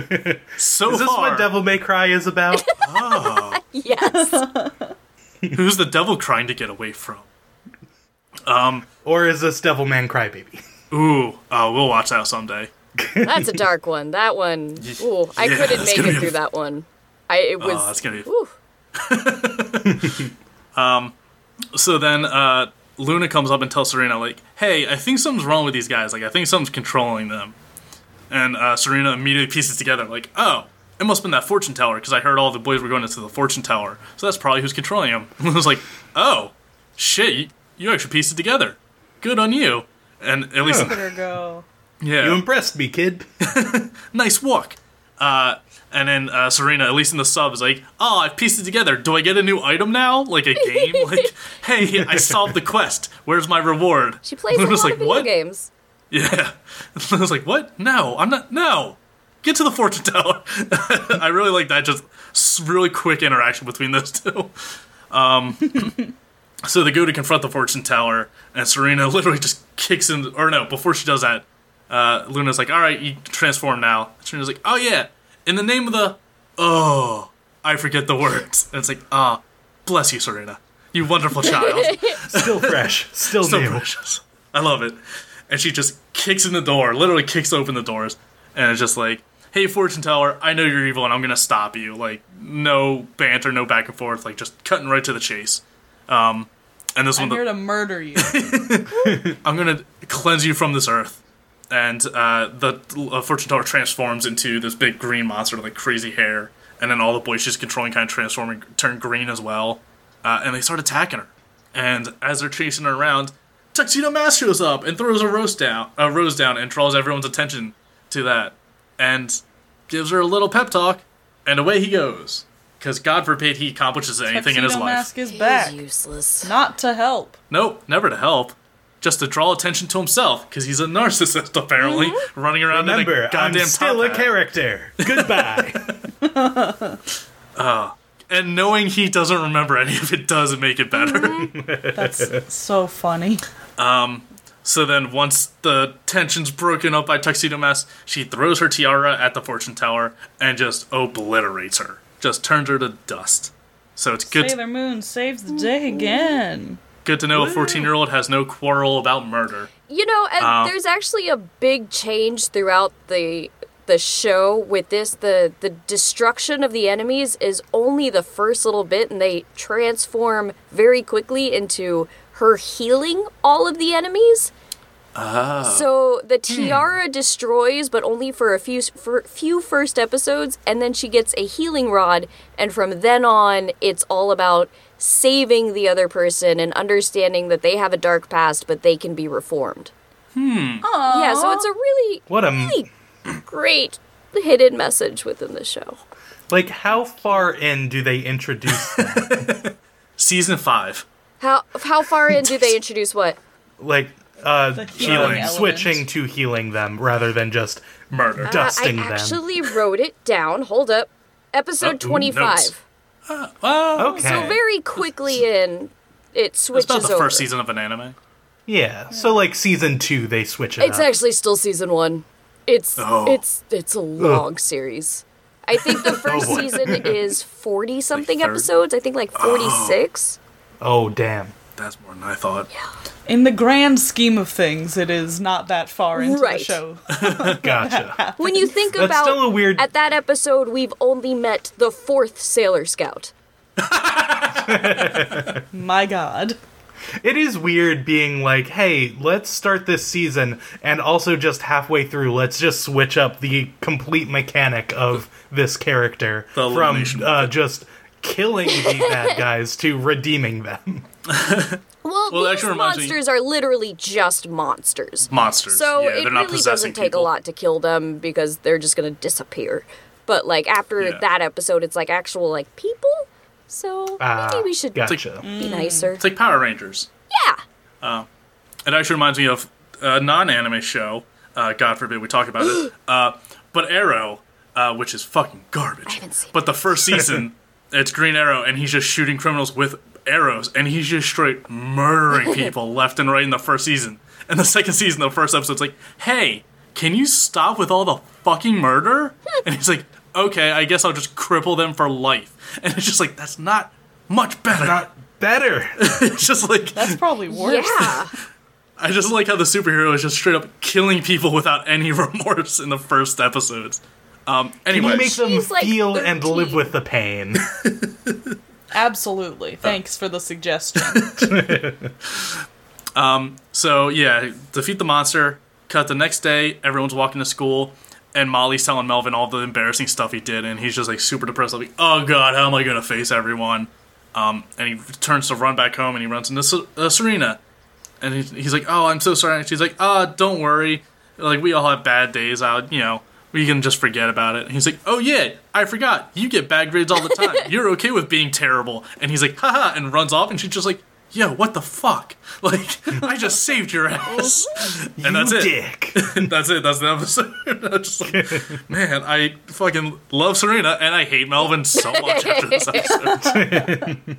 so Is this far, what Devil May Cry is about? yes. who's the devil trying to get away from? Or is this Devil Man Crybaby? Ooh, uh, we'll watch that someday. That's a dark one. That one. Ooh, I yeah, couldn't that's make gonna be it a- through that one. I it was. Uh, that's gonna be- Ooh. So then uh, Luna comes up and tells Serena, like, hey, I think something's wrong with these guys. Like, I think something's controlling them. And uh, Serena immediately pieces together, like, oh, it must have been that fortune teller because I heard all the boys were going into the fortune teller. So that's probably who's controlling them. And Luna's like, oh, shit, you, you actually pieced it together. Good on you. And at least, Let her go. yeah You impressed me, kid. nice walk. Uh, and then uh, Serena, at least in the sub, is like, oh, I pieced it together. Do I get a new item now? Like a game? like, hey, I solved the quest. Where's my reward? She plays a Luna's lot like, of video what? games. Yeah. I was like, what? No, I'm not. No. Get to the fortune teller. I really like that. Just s- really quick interaction between those two. Um, so they go to confront the fortune teller, and Serena literally just kicks in. Or no, before she does that, uh, Luna's like, all right, you transform now. Serena's like, oh yeah, in the name of the. Oh, I forget the words. And it's like, ah, bless you, Serena. You wonderful child Still fresh. Still so new. precious. I love it. And she just kicks in the door, literally kicks open the doors, and it's just like, "Hey, fortune teller, I know you're evil, and I'm gonna stop you." Like, no banter, no back and forth, like just cutting right to the chase. Um, And this I'm one, here to murder you. I'm gonna cleanse you from this earth. And uh, the uh, fortune teller transforms into this big green monster with like crazy hair, and then all the boys she's controlling kind of transform and turn green as well. Uh, and they start attacking her. And as they're chasing her around, Tuxedo Mask shows up and throws a rose down, a rose down, and draws everyone's attention to that, and gives her a little pep talk, and away he goes. Because God forbid he accomplishes anything in his Tuxedo life. Mask is back. He's useless. Not to help. Nope, never to help. Just to draw attention to himself, because he's a narcissist apparently, running around in Remember, a I'm goddamn still top a hat. character. Goodbye. And knowing he doesn't remember any of it does make it better. That's so funny. So then, once the tension's broken up by Tuxedo Mask, she throws her tiara at the fortune teller and just obliterates her. Just turns her to dust. So it's good. Sailor Moon saves the day again. good to know a 14 year old has no quarrel about murder. You know, and there's actually a big change throughout the the show with this. The the destruction of the enemies is only the first little bit, and they transform very quickly into her healing all of the enemies. So the tiara destroys, but only for a few for few first episodes, and then she gets a healing rod, and from then on, it's all about saving the other person and understanding that they have a dark past, but they can be reformed. Hmm. Yeah. So it's a really What a m- great hidden message within the show. like. How far in do they introduce Season 5. How how far in do they introduce what? like uh healing healing, element. switching to healing them rather than just Ah, Murder. Uh, dusting I them? actually wrote it down. Hold up. Uh, ooh, Episode notes. 25. Oh, okay. So very quickly in, it it's switches not the over. first season of an anime. yeah. So like season two, they switch it It's up. actually still season one. It's Oh. it's it's a long series. I think the first boy. season is forty something thirty? episodes. I think like forty six. oh damn. That's more than I thought. In the grand scheme of things, it is not that far into Right. the show. Gotcha. When you think That's about still a weird- at that episode, we've only met the fourth Sailor Scout. My god. it is weird being like, hey, let's start this season, and also just halfway through, let's just switch up the complete mechanic of this character The from elimination uh, just killing the bad guys to redeeming them. Well, Well, that these actually reminds me- monsters are literally just monsters. Monsters. So yeah, it they're not really possessing doesn't take people. a lot to kill them because they're just gonna disappear. But like after Yeah. that episode, it's like actual like people. So Ah, maybe we should gotcha. be nicer. It's like Power Rangers. Uh, Yeah. It actually reminds me of a non-anime show. Uh, God forbid we talk about it. Uh, but Arrow, uh, which is fucking garbage. haven't seen but the first season, it's Green Arrow, and he's just shooting criminals with arrows, and he's just straight murdering people left and right in the first season. And the second season, the first episode's like, "Hey, can you stop with all the fucking murder?" And he's like, "Okay, I guess I'll just cripple them for life." And it's just like that's not much better. Not better. it's just like That's probably worse. Yeah. I just like how the superhero is just straight up killing people without any remorse in the first episodes. Um, Can anyway, you make them She's, like, feel and 13. live with the pain? Absolutely. Thanks for the suggestion. so yeah, defeat the monster. Cut the next day, everyone's walking to school, and Molly's telling Melvin all the embarrassing stuff he did, and he's just like super depressed, like, "Oh God, how am I gonna face everyone?" Um, and he turns to run back home, and he runs into Se- uh, Serena, and he's, he's like, "Oh, I'm so sorry." And she's like, "Ah, don't worry. Like we all have bad days. Out, you know, we can just forget about it." And he's like, "Oh yeah, I forgot. You get bad grades all the time. You're okay with being terrible." And he's like, "Haha," and runs off. And she's just like, "Yo, what the fuck? Like, I just saved your ass." and that's Oh, you it. dick. That's it. That's the episode. I'm just like, man, I fucking love Serena and I hate Melvin so much after this episode.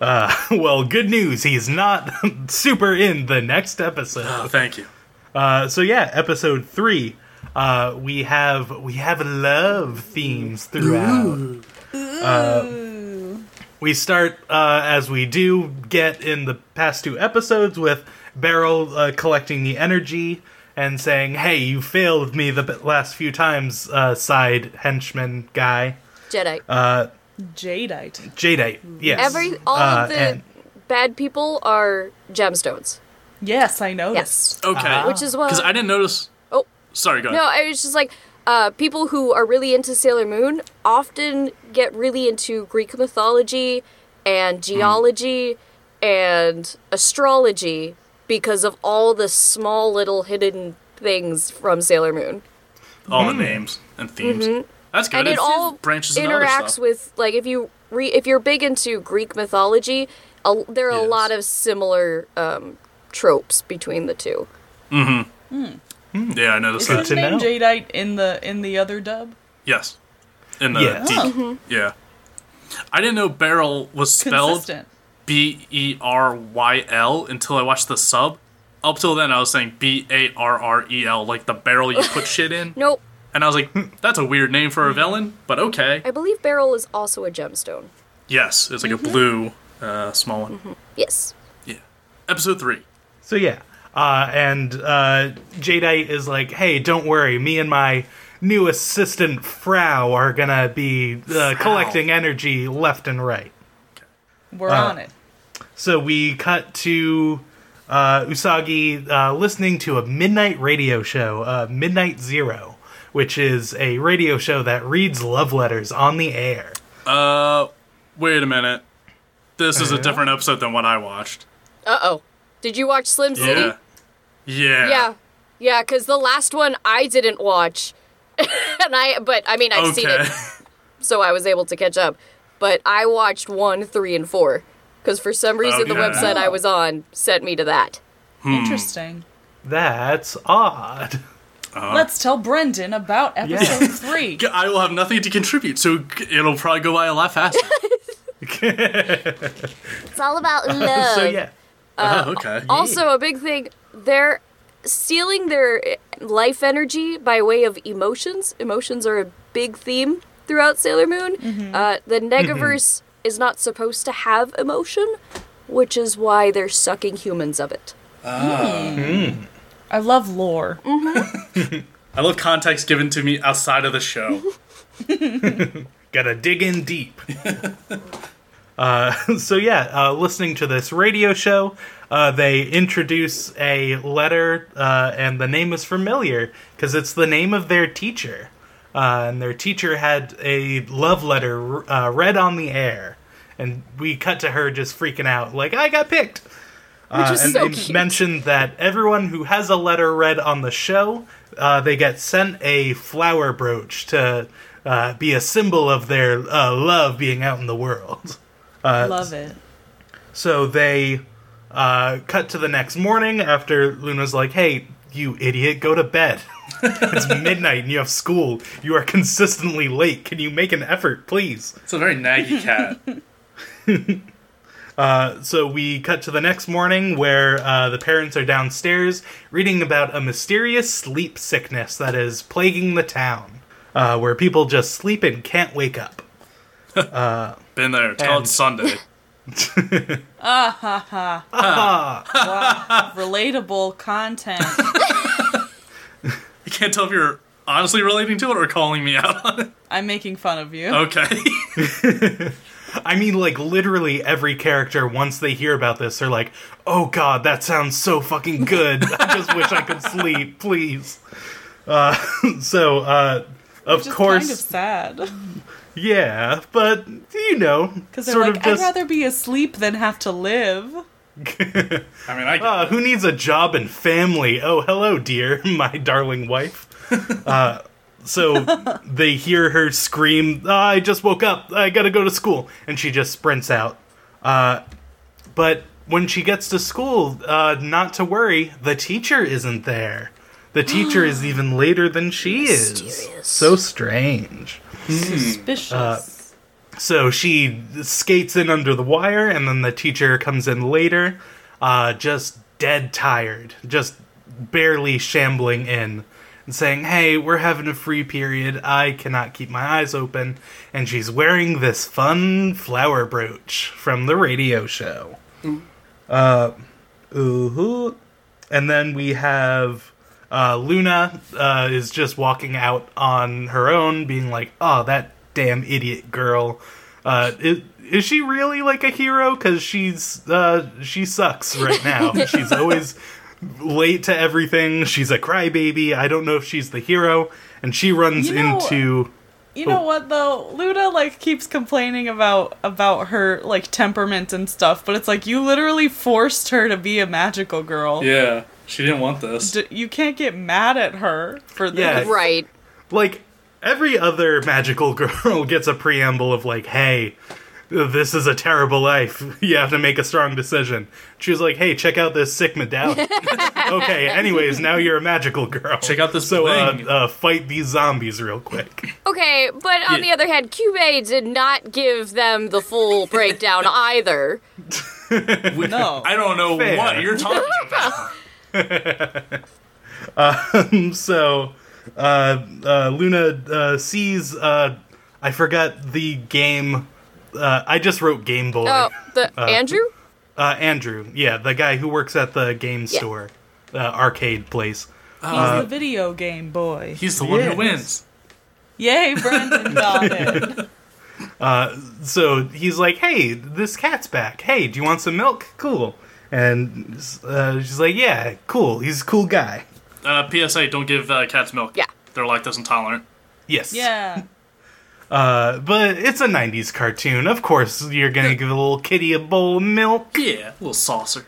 Well, good news. He's not super in the next episode. Oh, thank you. Uh, so yeah, episode three. Uh, we have we have love themes throughout. Uh, we start uh, as we do get in the past two episodes with Beryl uh, collecting the energy and saying, "Hey, you failed me the b- last few times, uh, side henchman guy, Jedi. Uh, Jadeite. Jadeite." Yes, Every all Uh, of the and- bad people are gemstones. Yes, I noticed. Yes. Okay. Which is why. Because I didn't notice. Oh, Sorry, go ahead. no, I was just like, uh, people who are really into Sailor Moon often get really into Greek mythology Hmm. and geology and astrology because of all the small little hidden things from Sailor Moon. all the names and themes. That's mm-hmm. good. and it It's- all branches into other interacts stuff. with like if you re- if you're big into Greek mythology, a, there are a Yes. lot of similar um, tropes between the two. Yeah, I Is noticed that. his to name know. Jadeite in the in the other dub? Yes. In the Yes. deep. Mm-hmm. Yeah. I didn't know barrel was spelled Consistent. B E R Y L until I watched the sub. Up till then, I was saying B A R R E L, like the barrel you put shit in. Nope, And I was like, "Hmm, that's a weird name for a villain, but okay. Mm-hmm. I believe Beryl is also a gemstone. Yes, it's like Mm-hmm. a blue, uh, small one. Yes. Yeah. Episode three. So yeah, uh, and uh, Jadeite is like, "Hey, don't worry. Me and my new assistant Frau are gonna be uh, collecting energy left and right." We're on it. So we cut to uh, Usagi uh, listening to a midnight radio show, uh, Midnight Zero, which is a radio show that reads love letters on the air. Uh, wait a minute. This is a different episode than what I watched. Uh oh. Did you watch Slim City? Yeah. Yeah. Yeah. Yeah, because the last one I didn't watch, and I but I mean I've seen Okay. it, so I was able to catch up. But I watched one, three, and four because for some reason the Okay. website I was on sent me to that. Interesting. That's odd. Let's tell Brendan about episode three. I will have nothing to contribute, so it'll probably go by a lot faster. It's all about love. so yeah, Uh, oh, okay. Also, a big thing they're stealing their eh, life energy by way of emotions. Emotions are a big theme throughout Sailor Moon. Uh, the Mm-hmm. Negaverse is not supposed to have emotion, which is why they're sucking humans of it. I love lore. I love context given to me outside of the show. gotta dig in deep. uh, so yeah, uh, listening to this radio show, uh, they introduce a letter, uh, and the name is familiar because it's the name of their teacher, uh, and their teacher had a love letter uh, read on the air, and we cut to her just freaking out, like I got picked. Uh, is and so they cute. mentioned that everyone who has a letter read on the show, uh, they get sent a flower brooch to uh, be a symbol of their uh, love being out in the world. love it. So they uh, cut to the next morning after Luna's like, "Hey, you idiot, go to bed. it's midnight and you have school. You are consistently late. Can you make an effort, please?" It's a very naggy cat. So we cut to the next morning where uh, the parents are downstairs reading about a mysterious sleep sickness that is plaguing the town, uh, where people just sleep and can't wake up. Been there. Till And- it's Sunday. Relatable content. I can't tell if you're honestly relating to it or calling me out on it. I'm making fun of you. Okay. I mean, like, literally every character, once they hear about this, they're like, oh god, that sounds so fucking good. I just wish I could sleep, please. Uh, so, uh, of Which is course, kind of sad. yeah, but, you know, Because they're sort like, of just, I'd rather be asleep than have to live. I mean, I get uh, who needs a job and family? Oh, hello, dear, my darling wife. Uh, so they hear her scream, "Ah, I just woke up, I gotta go to school, and she just sprints out. Uh, but when she gets to school, uh, not to worry, the teacher isn't there. The teacher is even later than she is. Mysterious. So strange. Suspicious. Uh, So she skates in under the wire, and then the teacher comes in later, uh, just dead tired, just barely shambling in, and saying, Hey, we're having a free period. I cannot keep my eyes open. And she's wearing this fun flower brooch from the radio show. Uh, ooh. And then we have uh, Luna uh, is just walking out on her own, being like, "Oh, that damn idiot girl! Uh, is, is she really like a hero? Because she's uh, she sucks right now. she's always late to everything. She's a crybaby. I don't know if she's the hero. And she runs You know- into You oh. know what though? Luna like keeps complaining about about her like temperament and stuff, but it's like you literally forced her to be a magical girl. Yeah, she didn't want this. D- you can't get mad at her for this. Yeah. Right. like every other magical girl gets a preamble of like, "Hey, this is a terrible life. You have to make a strong decision." She was like, "Hey, check out this sick medallion." okay. Anyways, now you're a magical girl. Check out this So uh, bling. uh, fight these zombies real quick. Okay, but on Yeah. the other hand, Cube did not give them the full breakdown either. No. I don't know Fair. what you're talking about. so uh, uh, Luna uh, sees. Uh, I forgot the game. Uh, I just wrote Game Boy. Oh, the Andrew? Uh, Andrew, yeah, the guy who works at the game Yeah. store, uh, arcade place. He's uh, the video game boy. He's the one Yes. who wins. Yay, Brandon got it. so he's like, "Hey, this cat's back. Hey, do you want some milk? Cool." And uh, she's like, "Yeah, cool. He's a cool guy." Uh, PSA: Don't give uh, cats milk. Yeah. they're lactose intolerant. Yes. Yeah. Uh, but it's a '90s cartoon. Of course, you're gonna give a little kitty a bowl of milk. Yeah, little saucer.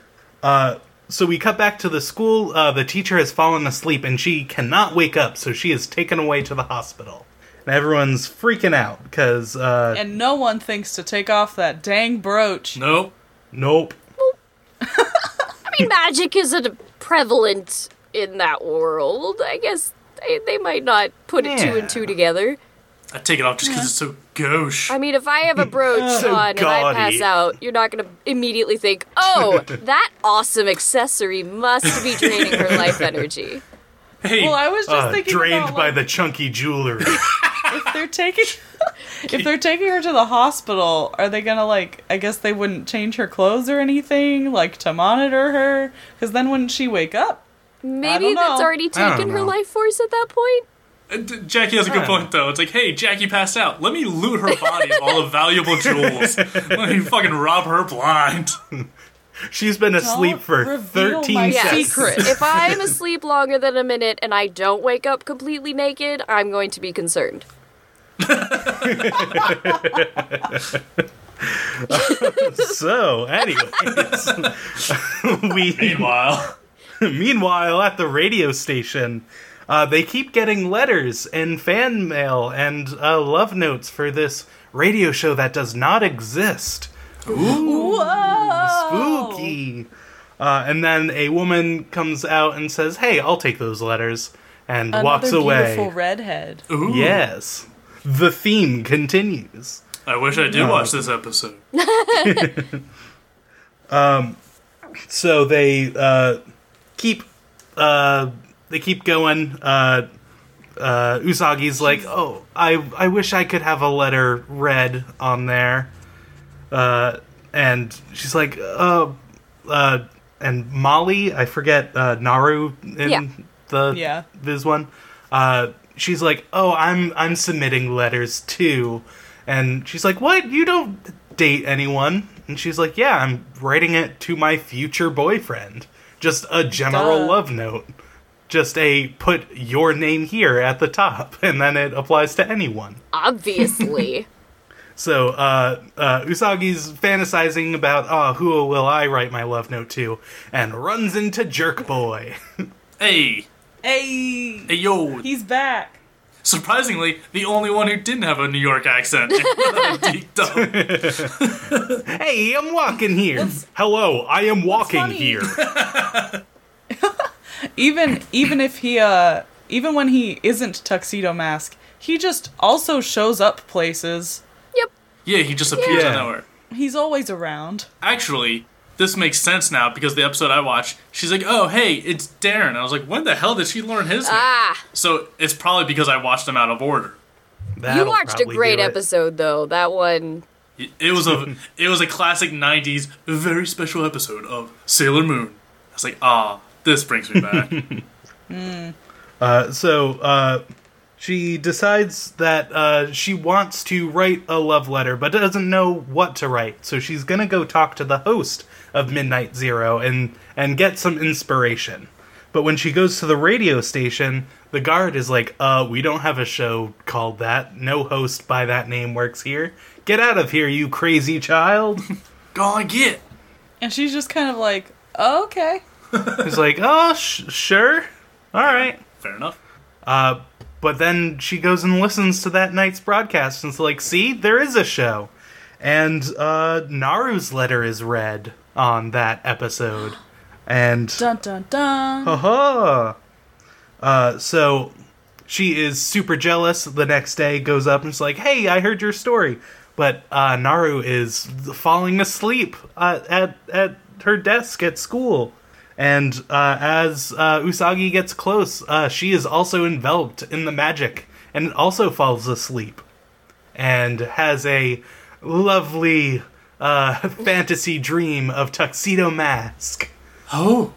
So we cut back to the school. Uh, the teacher has fallen asleep, and she cannot wake up. So she is taken away to the hospital. And everyone's freaking out because uh, And no one thinks to take off that dang brooch. Nope. nope. I mean, magic isn't prevalent in that world. I guess they, they might not put it two and Yeah. two together. I take it off just because it's so gauche. I mean, if I have a brooch So on and I gaudy. pass out, you're not going to immediately think, oh, that awesome accessory must be draining her life energy. hey, Well, I was just Uh, thinking drained about, by like, the chunky jewelry. if they're taking if they're taking her to the hospital, are they gonna like? I guess they wouldn't change her clothes or anything, like to monitor her, because then wouldn't she wake up? Maybe don't know. that's already I don't taken her know. life force at that point. Uh, d- Jackie has a good point though. It's like, hey, Jackie passed out. Let me loot her body of all the valuable jewels. Let me fucking rob her blind. She's been asleep for reveal 13 my Yes. seconds. Secret. if I'm asleep longer than a minute and I don't wake up completely naked, I'm going to be concerned. So, anyways, we Meanwhile, meanwhile at the radio station, uh, they keep getting letters and fan mail and uh, love notes for this radio show that does not exist. Whoa! Spooky. Uh, and then a woman comes out and says, "Hey, I'll take those letters," and Another walks away. beautiful redhead. Ooh. Yes, the theme continues. I wish I did watch this episode. so they uh, keep uh, they keep going. Uh, uh, Usagi's like, oh, I I wish I could have a letter read on there, uh, and she's like, uh, uh, and Molly, I forget uh, Naru in Yeah. the Yeah. this one. Uh, she's like, oh, I'm I'm submitting letters too, and she's like, what? You don't date anyone? And she's like, yeah, I'm writing it to my future boyfriend. Just a general Duh. love note. Just a put your name here at the top, and then it applies to anyone. Obviously. So uh, uh, Usagi's fantasizing about, oh, who will I write my love note to? And runs into Jerk Boy. Hey, Hey, hey, yo. he's back. Surprisingly, the only one who didn't have a New York accent. Deep down. hey, I'm walking here. Hello, I am walking funny- here. Even even if he uh even when he isn't tuxedo mask, he just also shows up places. yep. Yeah, he just appears Yeah. out of nowhere. He's always around. Actually, this makes sense now because the episode I watched, she's like, "Oh, hey, it's Darren." I was like, "When the hell did she learn his name?" Ah. So it's probably because I watched them out of order. That'll you watched a probably great do it. Uh, episode, though. That one. It was a it was a classic '90s, very special episode of Sailor Moon. I was like, ah, this brings me back. Uh, so uh, She decides that uh, she wants to write a love letter, but doesn't know what to write. So she's gonna go talk to the host of Midnight Zero and and get some inspiration. But when she goes to the radio station, the guard is like, "Uh, we don't have a show called that. No host by that name works here. Get out of here, you crazy child." Gonna get. And she's just kind of like, oh, okay. He's like, "Oh, sh- sure, all right." Fair enough. Uh, but then she goes and listens to that night's broadcast and's like, see, there is a show. And uh, Naru's letter is read on that episode. And Dun dun dun. haha. Uh, so she is super jealous. The next day goes up and is like, hey, I heard your story. But uh, Naru is falling asleep uh, at, at her desk at school. And uh, as uh, Usagi gets close, uh, she is also enveloped in the magic and also falls asleep and has a lovely uh, fantasy dream of Tuxedo Mask, Oh.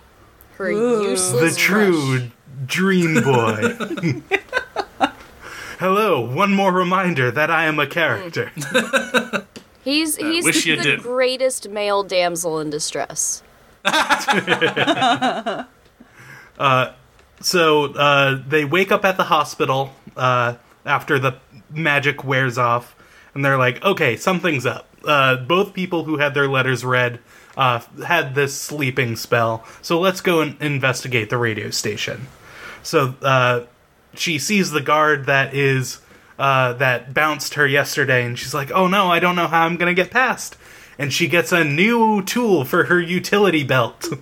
Her Ooh. useless the true dream boy. Hello, one more reminder that I am a character. He's he's wish the you did. greatest male damsel in distress. So uh, they wake up at the hospital uh, after the magic wears off, and they're like, "Okay, something's up." Uh, both people who had their letters read uh, had this sleeping spell, so let's go and investigate the radio station. So uh, she sees the guard that is uh, that bounced her yesterday, and she's like, "Oh no, I don't know how I'm gonna get past." And she gets a new tool for her utility belt.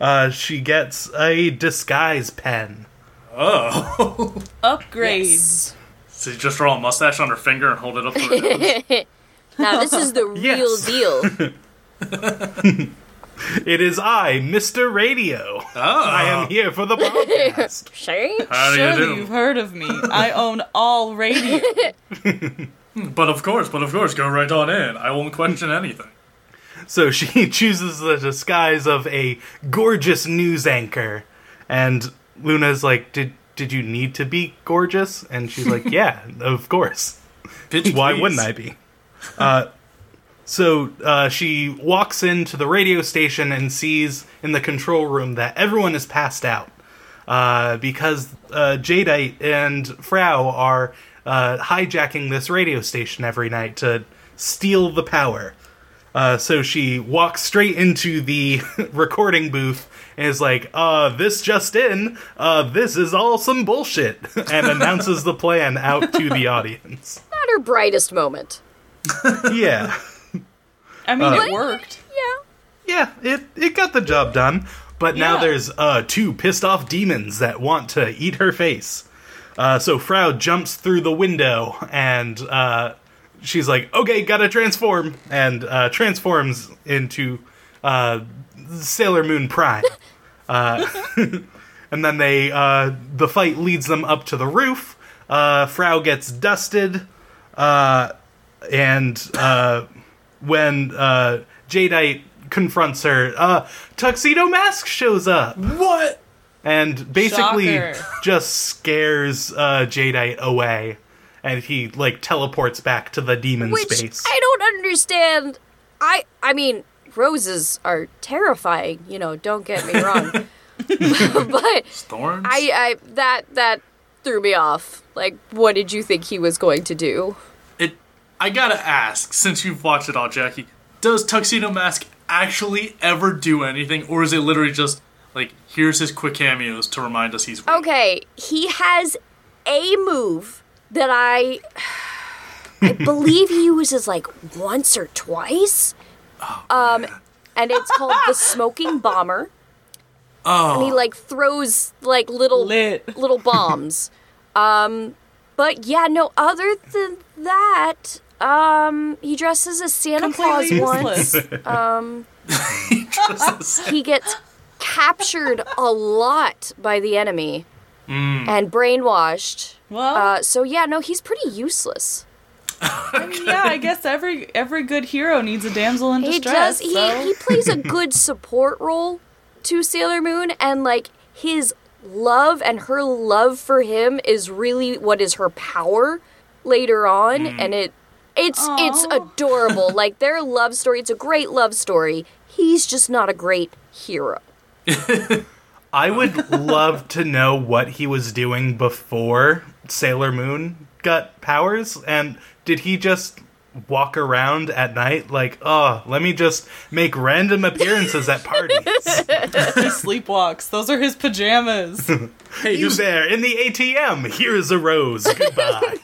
Uh, she gets a disguise pen. Oh. Upgrades. so you just draw a mustache on her finger and hold it up to her nose. Now this is the real Yes. deal. It is I, Mr. Radio. Oh. I am here for the podcast. Shay? How do you Surely do? you've heard of me. I own all radio. But of course, but of course, go right on in. I won't question anything. so she chooses the disguise of a gorgeous news anchor. And Luna's like, Did did you need to be gorgeous? And she's like, Yeah, of course. Bitch, Why please. wouldn't I be? Uh, so uh, she walks into the radio station and sees in the control room that everyone is passed out uh, because uh, Jadeite and Frau are uh, hijacking this radio station every night to steal the power. Uh, so she walks straight into the recording booth and is like, uh, this just in, uh, this is all some bullshit, and announces the plan out to the audience Not her brightest moment. yeah I mean, Uh. it worked. Yeah. yeah it it got the job done but now Yeah. there's uh two pissed off demons that want to eat her face uh so frau jumps through the window and uh she's like okay gotta transform and uh transforms into uh sailor moon prime uh and then they uh the fight leads them up to the roof uh frau gets dusted uh and uh when uh, Jadeite confronts her, uh, Tuxedo Mask shows up What? and basically Shocker. just scares uh, Jadeite away. And he like teleports back to the demon Which space. I don't understand. I I mean, roses are terrifying, you know, don't get me wrong. but Thorns? I, I that that threw me off. Like, what did you think he was going to do? It. I gotta ask, since you've watched it all, Jackie, does Tuxedo Mask actually ever do anything, or is it literally just like here's his quick cameos to remind us he's weak? Okay, he has a move that I I believe he uses like once or twice. Oh, um and it's called the smoking bomber. Oh. And he like throws like little Lit. little bombs. um but yeah, no other than that, um he dresses as Santa Claus Completely once. Um, useless. he gets captured a lot by the enemy and brainwashed. Well, Uh, so yeah, no, he's pretty useless. yeah, I guess every every good hero needs a damsel in He does. distress. He, so- he plays a good support role to Sailor Moon, and like his love and her love for him is really what is her power later on and it it's it's adorable. like their love story, it's a great love story. He's just not a great hero. I would love to know what he was doing before Sailor Moon got powers, and did he just walk around at night like, oh, let me just make random appearances at parties? He sleepwalks. Those are his pajamas. Hey, you who's, there in the ATM? Here is a rose. Goodbye.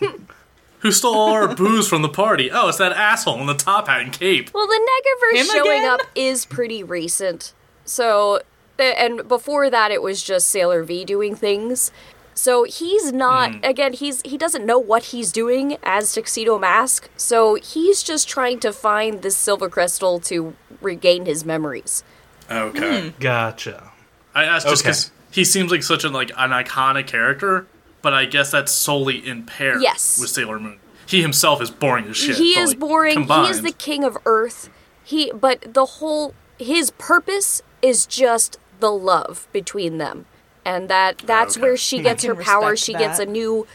who stole all our booze from the party? Oh, it's that asshole in the top hat and cape. Well, the Negaverse Him showing again? up is pretty recent. So, th- and before that, it was just Sailor V doing things. So he's not Hmm. again. He's he doesn't know what he's doing as Tuxedo Mask. So he's just trying to find this silver crystal to regain his memories. Okay. Hmm. gotcha. I asked just Okay. because he seems like such an like an iconic character, but I guess that's solely in pair. Yes. with Sailor Moon, he himself is boring as shit. he but, is like, boring. He is combined- the king of Earth. He, but the whole his purpose is just the love between them, and that that's Oh, Okay. where she gets her can power. respect She that. gets a new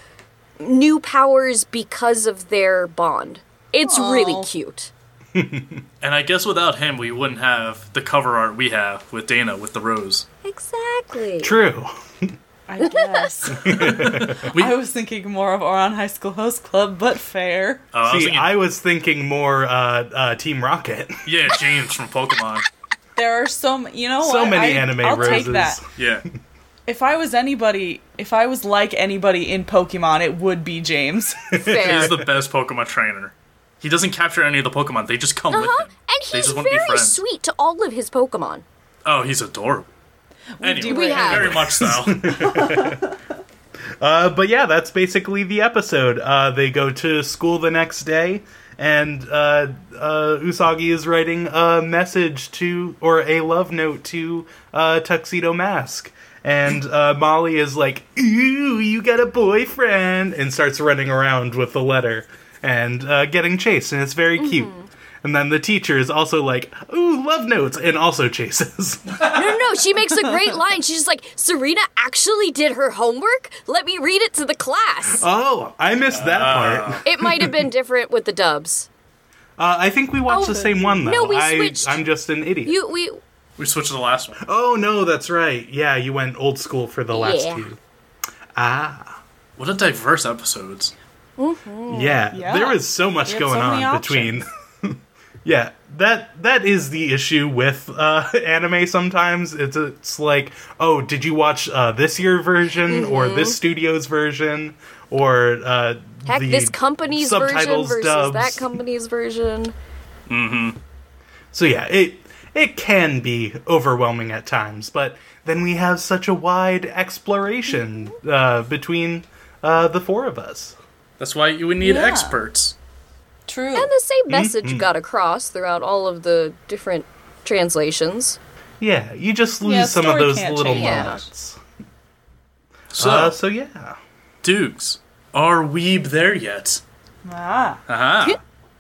new powers because of their bond. It's really cute. and I guess without him, we wouldn't have the cover art we have with Dana with the rose. Exactly. True. I guess. I was thinking more of Oran High School Host Club, but fair. Uh, I was See, thinking- I was thinking more uh, uh, Team Rocket. yeah, James from Pokemon. There are so m- you know So what? many I- anime I'll roses. take that. Yeah, If I was anybody, if I was like anybody in Pokemon, it would be James. Fair. he's the best Pokemon trainer. He doesn't capture any of the Pokemon; they just come Huh? with him. Uh-huh. And They he's just wanna be very friends. sweet to all of his Pokemon. Oh, he's adorable. Anyway, do We have. very much so. Uh, but yeah, that's basically the episode. Uh, they go to school the next day, and uh, uh, Usagi is writing a message to, or a love note to uh, Tuxedo Mask. And uh, Molly is like, Ooh, you got a boyfriend! And starts running around with the letter and uh, getting chased, and it's very cute. Mm-hmm. And then the teacher is also like, Ooh, love notes! And also chases. No, no, no. She makes a great line. She's like, Serena actually did her homework. Let me read it to the Uh, class. oh, I missed that part. It might have been different with the dubs. Uh, I think we watched Oh, the same one though. no, we I, switched. I'm just an idiot. You we we switched to the last one. oh no, that's right. Yeah, you went old school for the last Yeah. two. What a diverse episodes. Yeah, Yeah. there is so much We have going so many on between. yeah, that that is the issue with uh, anime. Sometimes it's it's like, oh, did you watch uh, this year version or Mm-hmm. this studio's version or uh, heck the this company's version subtitles versus dubs? that company's version. So yeah, it it can be overwhelming at times, but then we have such a wide exploration uh, between uh, the four of us. That's why you would need Yeah. experts. True. And the same message Mm-hmm. got across throughout all of the different translations. Yeah, you just lose Yeah, some of story those can't little change. Yeah. moments. So, Uh, so yeah, Dukes, are weeb there yet? ah. Uh-huh.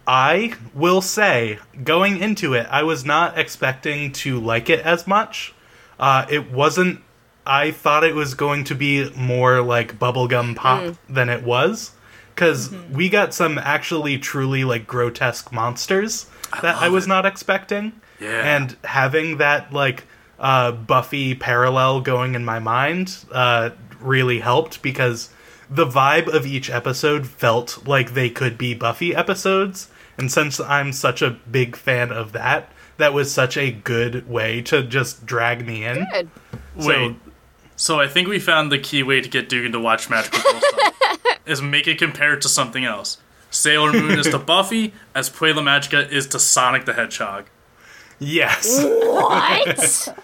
I will say, going into it, I was not expecting to like it as much. Uh, it wasn't. I thought it was going to be more like bubblegum pop Mm. than it was, because Mm-hmm. we got some actually truly like grotesque monsters that I love was it. not expecting. Yeah. And having that like uh, Buffy parallel going in my mind uh, really helped because the vibe of each episode felt like they could be Buffy episodes. And since I'm such a big fan of that, that was such a good way to just drag me in. Good. Wait. So I think we found the key way to get Dugan to watch Magical Girl stuff is make it compare it to something else. Sailor Moon is to Buffy, as Puella Magica is to Sonic the Hedgehog. Yes. What?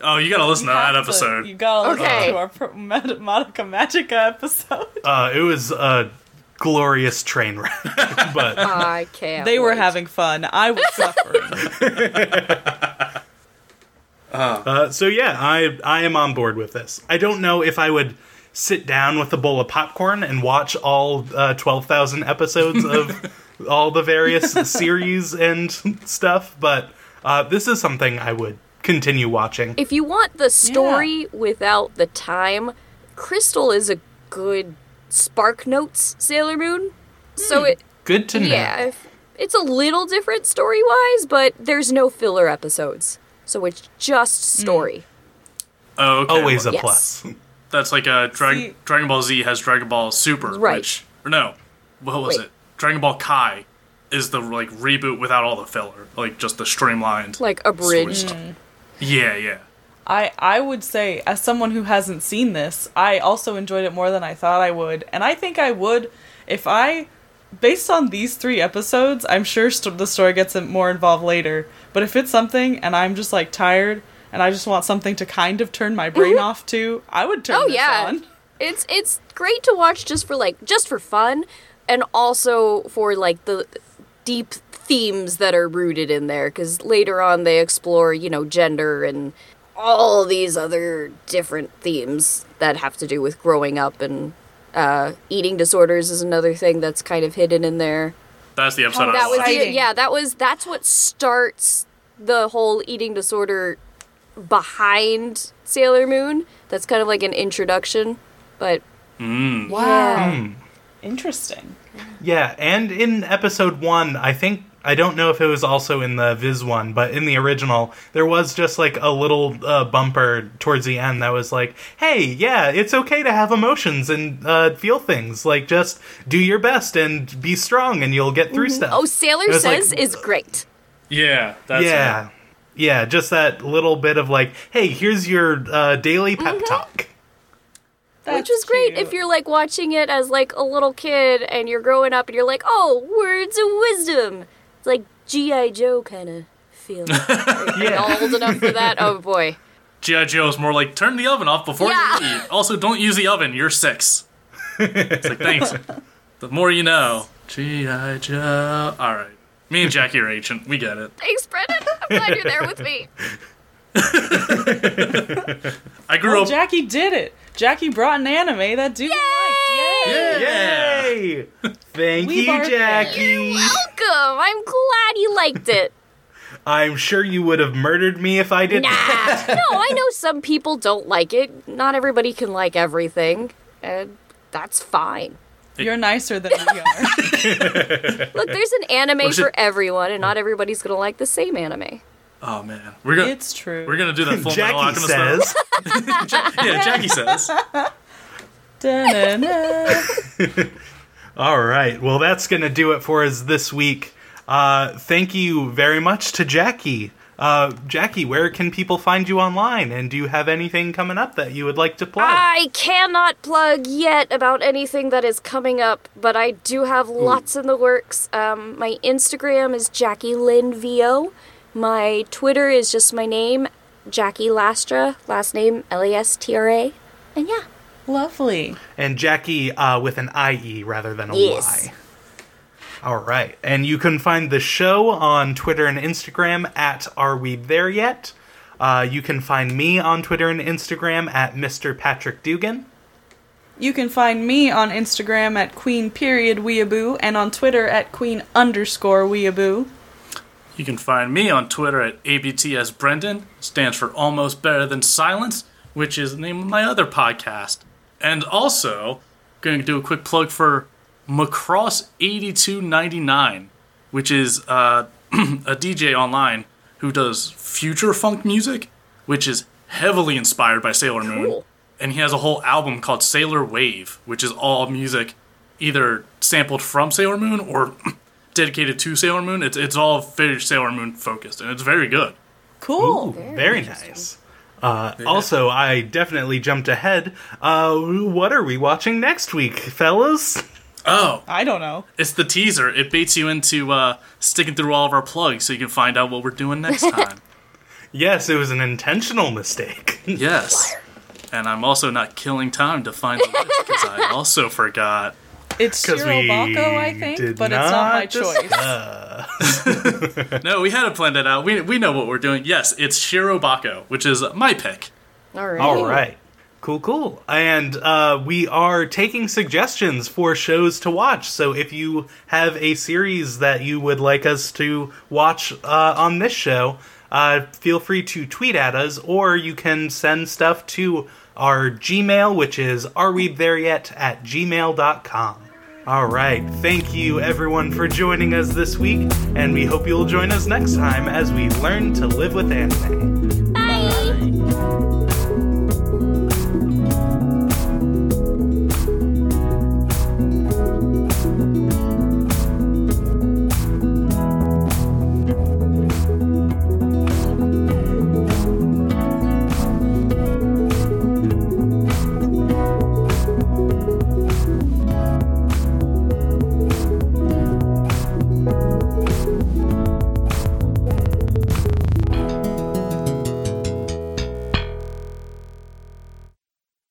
Oh, you gotta listen to that That's a- episode. you gotta listen Okay. to our Pro- Mod- Monica Magica episode. Uh, it was a glorious train wreck. but I can't. They were wait. having fun. I was suffering. Uh, so yeah, I I am on board with this. I don't know if I would sit down with a bowl of popcorn and watch all uh, twelve thousand episodes of all the various series and stuff, but uh, this is something I would continue watching. If you want the story without the time, Crystal is a good Spark Notes Sailor Moon. Hmm. So it Good to know. yeah, if, it's a little different story wise, but there's no filler episodes, so it's just story. Oh, okay. Always a Yes. plus. That's like a Drag- See- Dragon Ball Z has Dragon Ball Super, Right. which or no, what was Wait. it? Dragon Ball Kai is the like reboot without all the filler, like just the streamlined. Hmm. Like abridged. yeah, yeah. I I would say as someone who hasn't seen this, I also enjoyed it more than I thought I would, and I think I would if I based on these 3 episodes, I'm sure st- the story gets more involved later, but if it's something and I'm just like tired and I just want something to kind of turn my brain off to, I would turn Oh this yeah. on. It's it's great to watch just for like just for fun and also for like the deep themes that are rooted in there cuz later on they explore, you know, gender and all these other different themes that have to do with growing up and uh, eating disorders is another thing that's kind of hidden in there. That's the Oh, episode. I That was watched. the, Exciting. yeah, that was that's what starts the whole eating disorder behind Sailor Moon. That's kind of like an introduction, but Wow. Interesting. Yeah, and in episode one, I think I don't know if it was also in the Viz one, but in the original, there was just like a little uh, bumper towards the end that was like, "Hey, yeah, it's okay to have emotions and uh, feel things. Like, just do your best and be strong, and you'll get through stuff." Oh, Sailor It was like- Says is great. yeah. That's yeah, It. yeah, just that little bit of like, "Hey, here's your uh, daily pep talk." Which was great if you're like watching it as like a little kid and you're growing up and you're like, oh, words of wisdom. It's like G.I. Joe kind of feeling. yeah. Old enough for that? Oh boy. GI Joe is more like turn the oven off before you Yeah. eat. Also, don't use the oven. You're six. It's like thanks. the more you know. GI Joe. All right. Me and Jackie are ancient. We get it. Thanks, Brennan. I'm glad you're there with me. I grew Well, up. Jackie did it. Jackie brought an anime that dude liked. Yay! yeah. Yay! Thank We you, barked it. Jackie. Welcome. I'm glad you liked it. I'm sure you would have murdered me if I didn't. Nah. no, I know some people don't like it. Not everybody can like everything, and that's fine. You're nicer than we are. Look, there's an anime Was it- for everyone, and not everybody's gonna like the same anime. Oh man, we're gonna it's true. we're gonna do that full metal Jackie alchemist. though. says, yeah, Jackie says. Da-na-na. All right. Well, that's going to do it for us this week. Uh, thank you very much to Jackie. Uh, Jackie, where can people find you online? And do you have anything coming up that you would like to plug? I cannot plug yet about anything that is coming up, but I do have lots in the works. Um, my Instagram is Jackie Lynn VO. My Twitter is just my name, Jackie Lastra, last name L A S T R A. And yeah. Lovely. and Jackie uh, with an IE rather than a Y. Yes. All right. And you can find the show on Twitter and Instagram at Are We There Yet? Uh, you can find me on Twitter and Instagram at Mr. Patrick Dugan. You can find me on Instagram at Queen period Weeaboo and on Twitter at Queen underscore Weeaboo. You can find me on Twitter at ABTS Brendan, stands for Almost Better Than Silence, which is the name of my other podcast. And also, going to do a quick plug for Macross 8299, which is uh, a DJ online who does future funk music, which is heavily inspired by Sailor Moon. Cool. And he has a whole album called Sailor Wave, which is all music either sampled from Sailor Moon or dedicated to Sailor Moon. It's it's all very Sailor Moon focused, and it's very good. Cool. Oh, Very nice. Uh, also, I definitely jumped ahead. Uh, what are we watching next week, fellas? Oh, I don't know. it's the teaser. It baits you into uh, sticking through all of our plugs, so you can find out what we're doing next time. Yes, it was an intentional mistake. yes. And I'm also not killing time to find the list because I also forgot. It's 'Cause Shiro we Bako, I think, did but it's not my not dis- choice. No, we had it planned it out. We, we know what we're doing. Yes, it's Shirobako, which is my pick. All right. All right. Cool, cool. And uh, we are taking suggestions for shows to watch. So if you have a series that you would like us to watch uh, on this show, uh, feel free to tweet at us or you can send stuff to our Gmail, which is are we there yet at gmail.com. All right. Thank you, everyone, for joining us this week, and we hope you'll join us next time as we learn to live with anime.